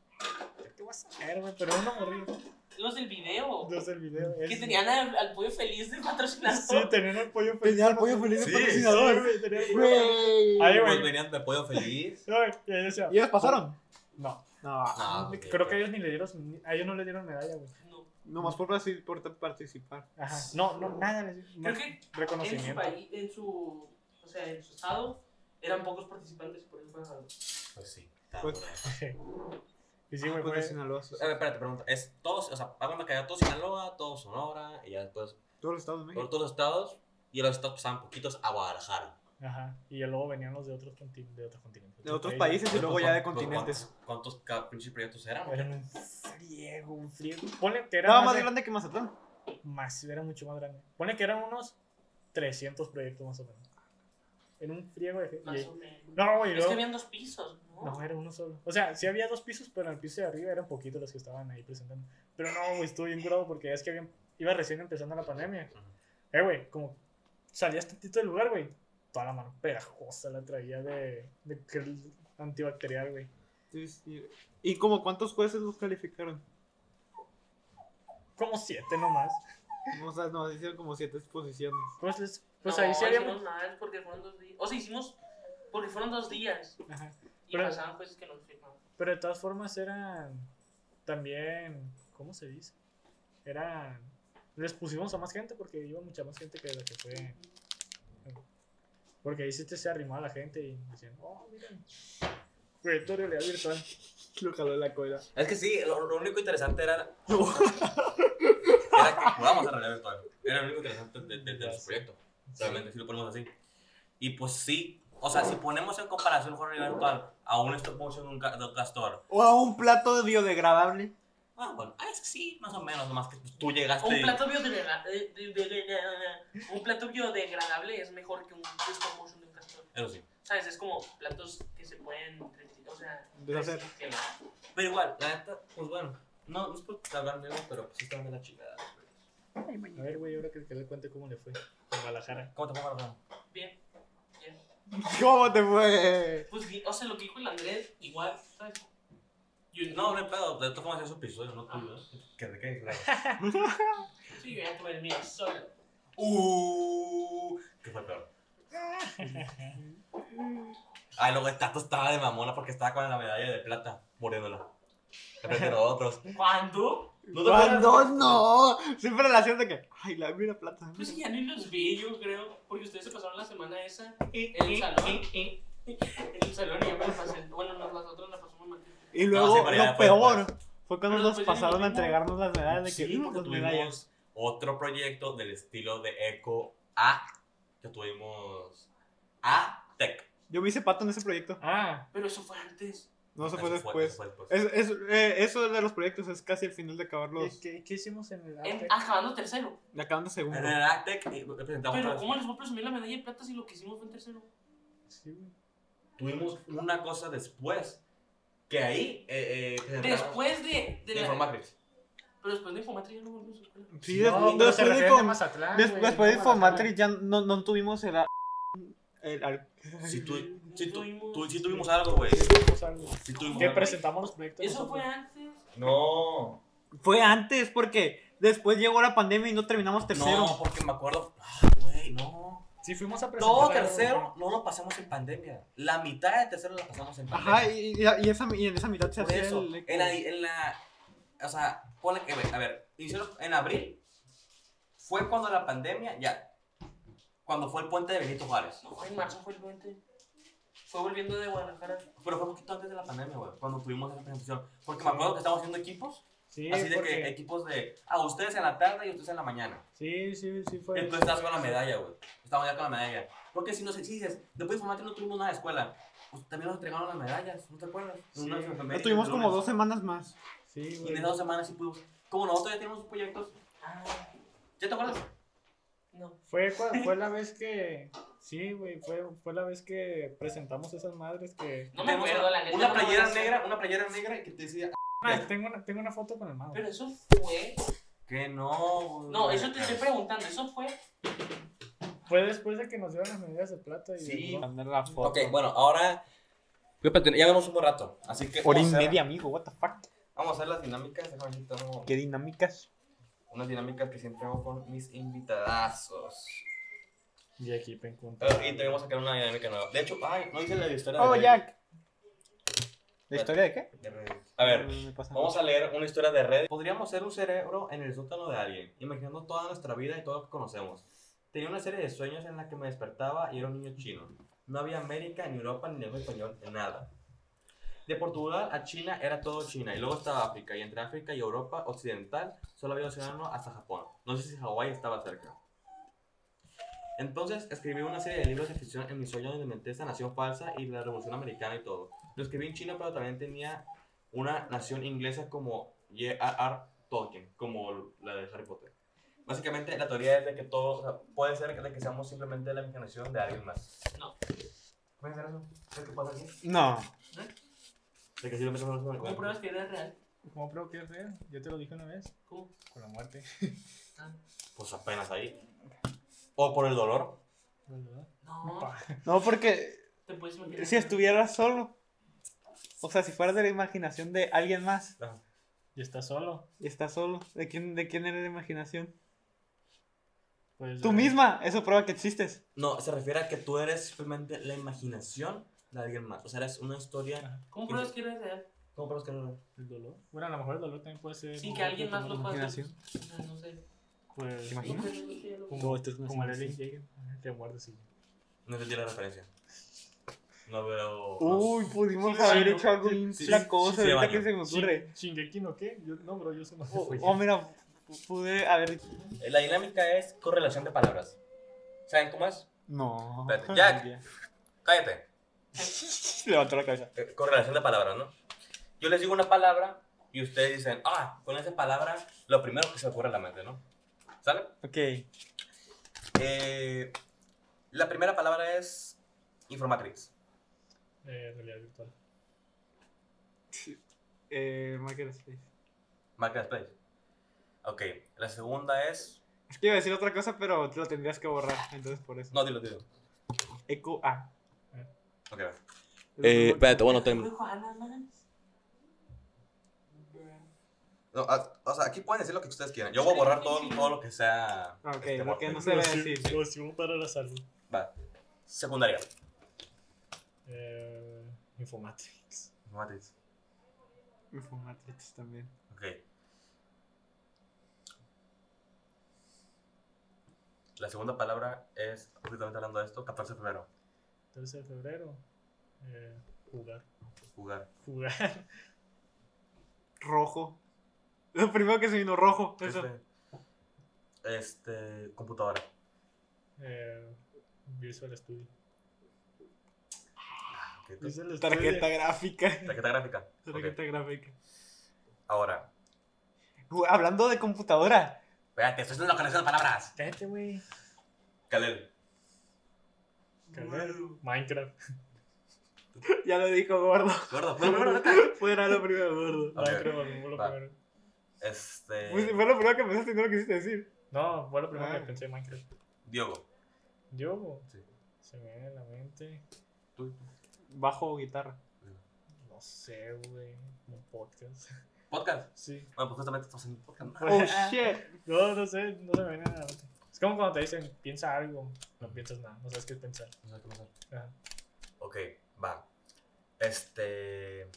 ¿Qué vas a ver, güey? Pero uno morrillo. Los del video. Los del video. Que ese. tenían al, al pollo feliz de Sí, patrocinador. tenían el pollo feliz. Tenía el pollo feliz de Sí, Sí, patrocinador. güey, tenían el pollo feliz. Güey. Ahí, Pues güey. venían de pollo feliz. No, güey, y ahí decía, ¿Y ellos pasaron? No, No, No, creo que ellos ni le dieron, ni- a ellos no le dieron medalla, güey. No. nomás por, partic- por participar. Ajá. No, no, nada les dieron. Creo que en su reconocimiento. país, en su, o sea, en su estado, eran pocos participantes, por eso fue ganado. Pues sí. Pues- Y sí, güey, Fue Pues, de fue- Sinaloa, sí, sí. A ver, espérate, pregunta. Es todos, o sea, vamos a caer todo Sinaloa, todo Sonora, y ya después Todos los estados de por México. todos los estados, y los estados pasaban poquitos a Guadalajara. Ajá. Y ya luego venían los de otros, conti- de otros continentes. De otros Ellos- países y Entonces, luego ya de ¿cuántos- continentes. ¿Cuántos, cuántos ca- pinches proyectos eran? Eran un friego, un friego. Ponle que era Estaba más más de- grande que Mazatlán. más, era mucho más grande. Pone que eran unos 300 proyectos más o menos. En un friego de... Más y- o menos. No, güey, Es que luego- habían dos pisos, ¿no? No, eh, era uno solo. O sea, sí había dos pisos, pero en el piso de arriba eran poquitos los que estaban ahí presentando. Pero no, güey, estuve bien curado porque es que habían- iba recién empezando la pandemia. Eh, güey, como salías tantito del lugar, güey. Toda la mano pegajosa la traía de, de gel antibacterial, güey. Sí, sí. ¿Y como cuántos jueces los calificaron? Como siete nomás. O sea, nos hicieron como siete exposiciones. Pues, les- pues No, ahí sí había... hicimos más porque fueron dos días. O sea, hicimos porque fueron dos días Ajá. y Pero- pasaban cosas que no firmaban. Pero de todas formas eran también, ¿cómo se dice? Eran, les pusimos a más gente porque iba mucha más gente que la que fue. Porque ahí sí te se arrimaba la gente y decían, oh, miren. Güey, todo realidad virtual. Lo caló la cola. Es que sí, lo, lo único interesante era. era que jugábamos a realidad virtual. Era lo único interesante de- de- de- del proyecto. Realmente, si lo ponemos así. Y pues sí, O sea, si ponemos en comparación un horror eventual a un stop motion de un, ca- de un castor. O a un plato biodegradable. Ah, bueno, ah, es que sí, más o menos, nomás que tú llegaste. Un plato, biodegra- eh, de- de- de- de- un plato biodegradable es mejor que un stop motion de un castor. Eso sí. ¿Sabes? Es como platos que se pueden. O sea, Deshacer. reciclar. Pero igual, la neta, pues bueno. No, no es por hablar de algo, pero pues sí están de la chingada. A ver, güey, ahora que, que le cuente cómo le fue. Con Guadalajara. ¿Cómo te pongo la mano? Bien, bien. ¿Cómo te fue? Pues, bien, o sea, lo que dijo el Andrés, igual, ¿sabes? Yo- No, no hay pedo. De esto vamos a hacer su episodio, no tuyo. Que te quede claro. Sí, yo ya tuve el mío solo. Uh, ¿Qué fue peor? Ay, luego el Tato estaba de mamona porque estaba con la medalla de plata, muriéndola. Enfrente de nosotros. ¿Cuándo? ¿No te acuerdas? ¿Cuándo? No. Siempre la siento que. Ay, la mira plata. Pues ya ni los vi, yo creo. Porque ustedes se pasaron la semana esa en el salón. En el salón y yo me la pasé. Bueno, nos- nosotros la pasamos mal. Y No, luego sí, pero ya lo fue peor después. fue cuando Pero nos después ya pasaron no a vimos. entregarnos las medallas Ah, de que Sí, porque las medallas. tuvimos otro proyecto del estilo de Eco A que tuvimos A Tech. Yo me hice pato en ese proyecto. Ah, Pero eso fue antes. No, eso Eso fue fue- después. eso fue después. Es, es, eh, eso de los proyectos es casi el final de acabarlos. ¿qué, qué hicimos en el En- Aztec? acabando tercero. De acaban de segundo. En el A Tech eh, presentamos Pero, otras- ¿cómo les voy a presumir la medalla de plata si lo que hicimos fue en tercero? Sí, güey. tuvimos una cosa después que ahí eh, eh, presentamos Después de. de de la- Informatrix. Pero después de Infomatrix ya no volvimos a la escuela. Sí, No, después, pero se después de refiere a Info- Ah, Mazatlán, des- güey, después de no a Guadalajara. Infomatrix ya no, no tuvimos el. a- el al- Si tu, si tu, Tuvimos- tu- si tuvimos algo, güey. Sí, tuvimos algo. Si tuvimos Que algo. presentamos los proyectos. Eso fue nosotros. antes. No. Fue antes, porque después llegó la pandemia y no terminamos tercero. No, porque me acuerdo. Ah, güey, no. Sí, fuimos a presentar. Todo algo, tercero no lo pasamos en pandemia. La mitad de tercero la pasamos en pandemia. Ajá, y, y- y esa, y en esa mitad se Por hacía eso. el. En la, en la. O sea, ponle que. A ver, hicieron en abril. Fue cuando la pandemia. Ya. Cuando fue el puente de Benito Juárez. No, en marzo fue el 20. Fue volviendo de Guadalajara. Pero fue un poquito antes de la pandemia, güey. Cuando tuvimos esa presentación. Porque me acuerdo que estábamos haciendo equipos. Sí, así de que porque- equipos de. Ah, ustedes en la tarde y ustedes en la mañana. sí, sí, sí fue. Y tú estás con la medalla, güey. Estamos ya con la medalla. Porque si nos exiges, después de informarte no tuvimos nada de escuela. Pues también nos entregaron las medallas, ¿no te acuerdas? Sí. Unas enfermeras No tuvimos y como dos lunes. semanas más. Sí, Y en güey. esas dos semanas sí pudimos. Como nosotros ya tenemos proyectos. Ah, ¿Ya te acuerdas? no. Fue, cua- fue la vez que. Sí, güey. Fue, fue la vez que presentamos esas madres que. No me Tenemos acuerdo, la una, neta. una no me playera acuerdo. negra, una playera negra que te decía Ah, tengo, una, tengo una foto con el mago. Pero eso fue. que no. güey. No, eso te estoy preguntando. Eso fue. Fue después de que nos dieron las medidas de plata. Y Sí. ¿no? Mandar la foto. Ok, bueno, ahora. Ya vemos un buen rato. Así que. Hora y vamos a hacer- media, amigo, what the fuck. Vamos a hacer las dinámicas. Déjame aquí tomo Qué dinámicas. unas dinámicas que siempre hago con mis invitadazos. Y aquí te encontré. Ah, Y tenemos que sacar una dinámica nueva. De hecho, ay, no hice la historia Oh, de Jack. ¿La historia de qué? de Reddit. A ver, No me pasa vamos a leer una historia de Reddit. Podríamos ser un cerebro en el sótano de alguien, imaginando toda nuestra vida y todo lo que conocemos. Tenía una serie de sueños en la que me despertaba y era un niño chino. No había América, ni Europa, ni lengua español, nada. De Portugal a China era todo China y luego estaba África y entre África y Europa occidental solo había océano hasta Japón. No sé si Hawái estaba cerca. Entonces escribí una serie de libros de ficción en mis sueños donde inventé esta nación falsa y la revolución americana y todo. Lo escribí en chino pero también tenía una nación inglesa como J.R.R. Tolkien, como la de Harry Potter. Básicamente la teoría es de que todo, o sea, puede ser de que seamos simplemente la imaginación de alguien más. No. ¿Puede ser eso? ¿Sabes qué pasa aquí? No. De que simplemente somos una- ¿Cómo pruebas que era real? ¿Cómo creo que es real? Yo te lo dije una vez. ¿Cómo? Con la muerte. Ah, Pues apenas ahí. O por el dolor. No. No, porque Te puedes imaginar. si estuvieras solo. O sea, si fueras de la imaginación de alguien más Y está solo. y estás solo, ¿de quién, de quién eres la imaginación? Pues, Tú eh, misma, eso prueba que existes. No, se refiere a que tú eres simplemente la imaginación de alguien más. O sea, eres una historia. ajá, ¿Cómo pruebas que era real? ¿Cómo pruebas que no? El dolor. Bueno, a lo mejor el dolor también puede ser. Sin que alguien más lo como- pueda hacer. imaginación. No, no sé. Pues, ¿Te imaginas? Como, Todo esto es una como el Eric simulación. Jaeger. ajá, Que muerde sí. No entendí la referencia. No veo. Uy, pudimos Sí, haber sí, hecho algo sí, bien sí, flacoso, sí, sí, ahorita baño. que se me ocurre. Shin- ¿Shingeki no qué? Yo, no, bro, yo se me O fue. o mira, p- pude haber. La dinámica es correlación de palabras. ¿Saben cómo es? No. Espérate, Jack. Cállate. Levantó la cabeza. Eh, correlación de palabras, ¿no? Yo les digo una palabra y ustedes dicen, ah, con esa palabra, lo primero que se ocurre a la mente, ¿no? ¿Sale? Ok. Eh, la primera palabra es informatriz. Eh, realidad virtual. Eh, Marketplace. Marca Space. Ok. La segunda es. Es que iba a decir otra cosa, pero lo tendrías que borrar. Entonces, por eso. No, dilo, dilo. Eco E, A. Ok, va. Eh, espérate, bueno, te- ¿Juego Ana más? No, ah, o sea, aquí pueden decir lo que ustedes quieran. Yo voy a borrar todo, todo lo que sea. Ah, ok, este, lo que no Warface. se ve Nocivo- decir. Nocivo para la salud. Va. Secundaria. Eh, Informatics. Informatriz. Me fue Matrix también. Ok. La segunda palabra es, justamente hablando de esto, 14 de febrero. 13 de febrero. Eh, jugar. Jugar. Jugar. Rojo. Lo primero que se vino, rojo. Eso. Este, este, computadora. Eh, Visual Studio. Ok, tu- Visual Studio. Tarjeta gráfica. Tarjeta gráfica. Ok. Tarjeta gráfica. Ahora. Güey, hablando de computadora. Espérate, estoy haciendo la conexión de palabras. Cállate, güey. Calel. Carnal. Minecraft. Ya lo dijo gordo. Gordo, fue lo primero, neta. Fuera lo primero, gordo. Ok, Minecraft fue lo va. primero. Este. Pues, fue lo primero que pensaste y no lo quisiste decir. No, fue lo primero Ah. que pensé en Minecraft. Diogo. Yo, Sí. se me viene a la mente. Tú. Bajo o guitarra. No sé, güey. Un podcast. Podcast. Sí. Bueno, pues justamente estamos en un podcast. ¿no? Oh shit. No, no sé, no se me viene a la mente. Es como cuando te dicen, piensa algo. No piensas nada, no sabes qué pensar. No sé qué pasar. Ajá. Ok, va. Este.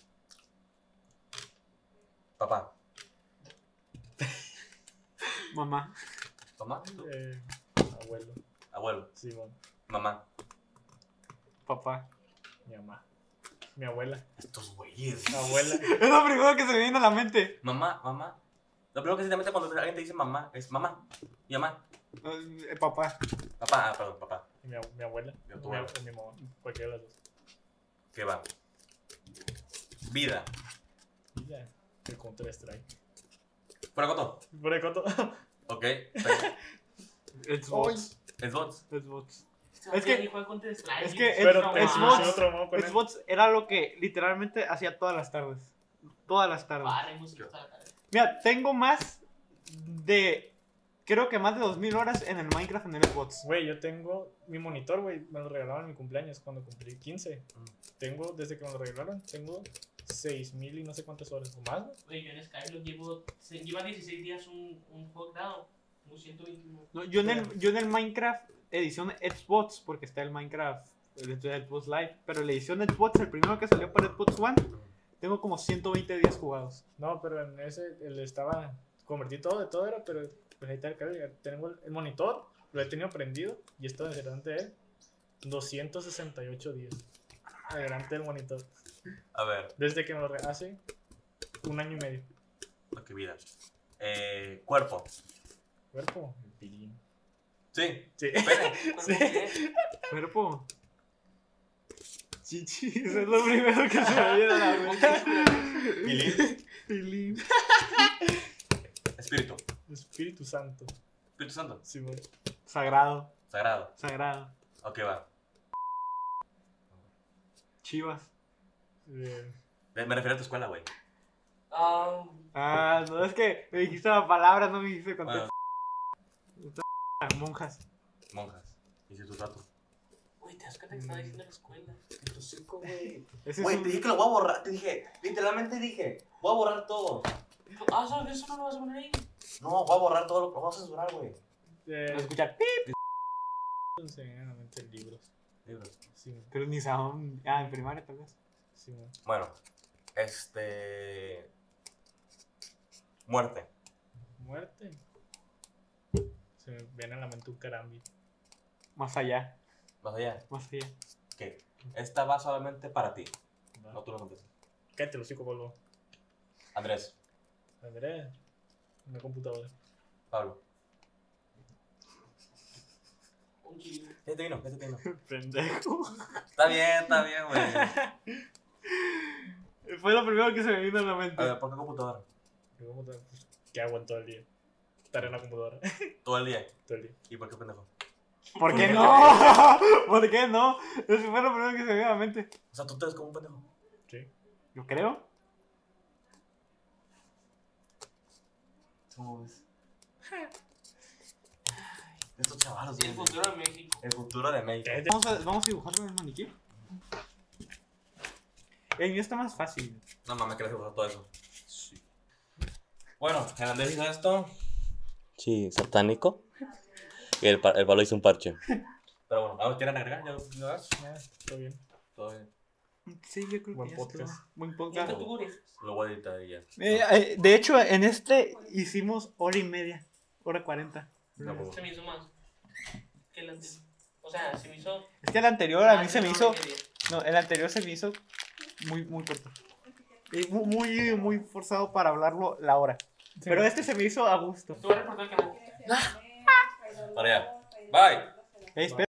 Papá. Mamá. ¿Mamá? ¿Tú? Eh, abuelo. Abuelo. Sí, bueno. Mamá. Papá. Mi mamá. Mi abuela. Estos güeyes. Abuela. Es lo primero que se me viene a la mente. Mamá, mamá. Lo primero que se te mete cuando alguien te dice mamá es mamá. Mi mamá. Eh, papá. Papá, ah, perdón, papá. Y mi, ab- mi abuela. Mi Mi abuela. ab- o mi mamá. Cualquiera de las dos. ¿Qué va? Vida. Y ya. El Counter Strike. Fuera coto. Por el coto. Ok. está Xbox. bien. Xbox. Xbox. Es que- que dijo Counter Strike. es que- Pero Xbox. te Xbox. funcionó traumado con él. Xbox era lo que literalmente hacía todas las tardes. Todas las tardes. Para, música para la tarde. Mira, tengo más de. Creo que más de 2000 horas en el Minecraft en el Xbox. Güey, yo tengo mi monitor, güey. Me lo regalaron en mi cumpleaños cuando cumplí 15. Mm. Tengo, desde que me lo regalaron, tengo 6000 y no sé cuántas horas o más. güey. Güey, yo en Skyrim llevo. Se lleva 16 días un, un hog down. Un 121. No, yo, en el, yo en el Minecraft edición Xbox, porque está el Minecraft, el el Xbox Live, pero la edición Xbox, el primero que salió para Xbox One, tengo como 120 días jugados. No, pero en ese el estaba. Convertí todo, de todo era, pero pues ahí está el cable. ya Tengo el, el monitor, lo he tenido prendido y esto delante de él. 268 días. Delante del monitor. A ver. Desde que me lo re- hace un año y medio. Ok, vida. Eh, cuerpo. Cuerpo. Pillín. Sí. Sí. Pene. Sí. Cuerpo. Chichi, eso es lo primero que se me viene a la mente. Pilín. Pilín. Espíritu. Espíritu Santo. Espíritu Santo. Sí, güey. Sagrado, Sagrado. sagrado. Ok, va. Chivas. Eh, Me me refiero a tu escuela, güey. Ah, Ah, no, es que me dijiste la palabra, no me dijiste Bueno, contexto. Ah. Monjas. monjas. Instituto. Tato. Güey, te das cuenta que estaba diciendo la escuela. Tu cinco, Mm. güey. Ese es Güey, un- te dije que lo voy a borrar. Te dije, literalmente dije, voy a borrar todo. Ah, ¿sabes? Eso no lo vas a poner ahí. No, voy a borrar todo, lo lo voy a censurar, güey. eh, escuchar. se me viene a la mente libros. Libros. Sí, güey. Pero ni saben. Ah, en primaria tal vez. Sí, güey. Bueno, este. Muerte. Muerte. Se me viene a la mente un carambi. Más allá. Más allá. Más allá. ¿Qué? Esta va solamente para ti. Va. No tú lo contestas. Cállate los cinco polvo. Andrés, Andrés. Una computadora. Pablo, Un chivo. ¿Qué te vino? ¿Qué te vino? Pendejo. Está bien, está bien, güey. Fue lo primero que se me vino a la A mente. ver, ¿por qué computadora? pues, ¿Qué hago en todo el día? Estar en la computadora Todo el día. todo el día. ¿Y por qué pendejo? ¿Por qué no? ¿Por qué no? Eso fue lo primero que se me vino a la mente. O sea, tú te ves como un pendejo. Sí. Yo creo. ¿Cómo ves? Estos chavalos, El güey. futuro de México. El futuro de México. ¿Qué? Vamos a, vamos a dibujarlo en el maniquí. El mío está más fácil. No mames, que les gusta todo eso. Bueno, el Andrés hizo esto. Sí, satánico. Y el, el Pablo hizo un parche. Pero bueno, vamos, ¿quieren agregar? ¿Ya, ya vas? Ya, todo bien. Todo bien. Sí, yo creo Buen que ya podcast. estuvo. Buen Nunca podcast. Claro. tuvo orejas. Lo voy a editar y ya. Eh, eh, de hecho, en este hicimos hora y media, hora cuarenta. No, pues, Se me hizo más que el anterior. O sea, se me hizo. Es que el anterior a mí se me más hizo, de una hora Ah, no, el anterior se me hizo muy, muy corto. Y mu- muy, muy forzado para hablarlo la hora. Pero este se me hizo a gusto. y media. Tú vas a reportar el canal. Para Ah. allá. Bye. Eh, espera.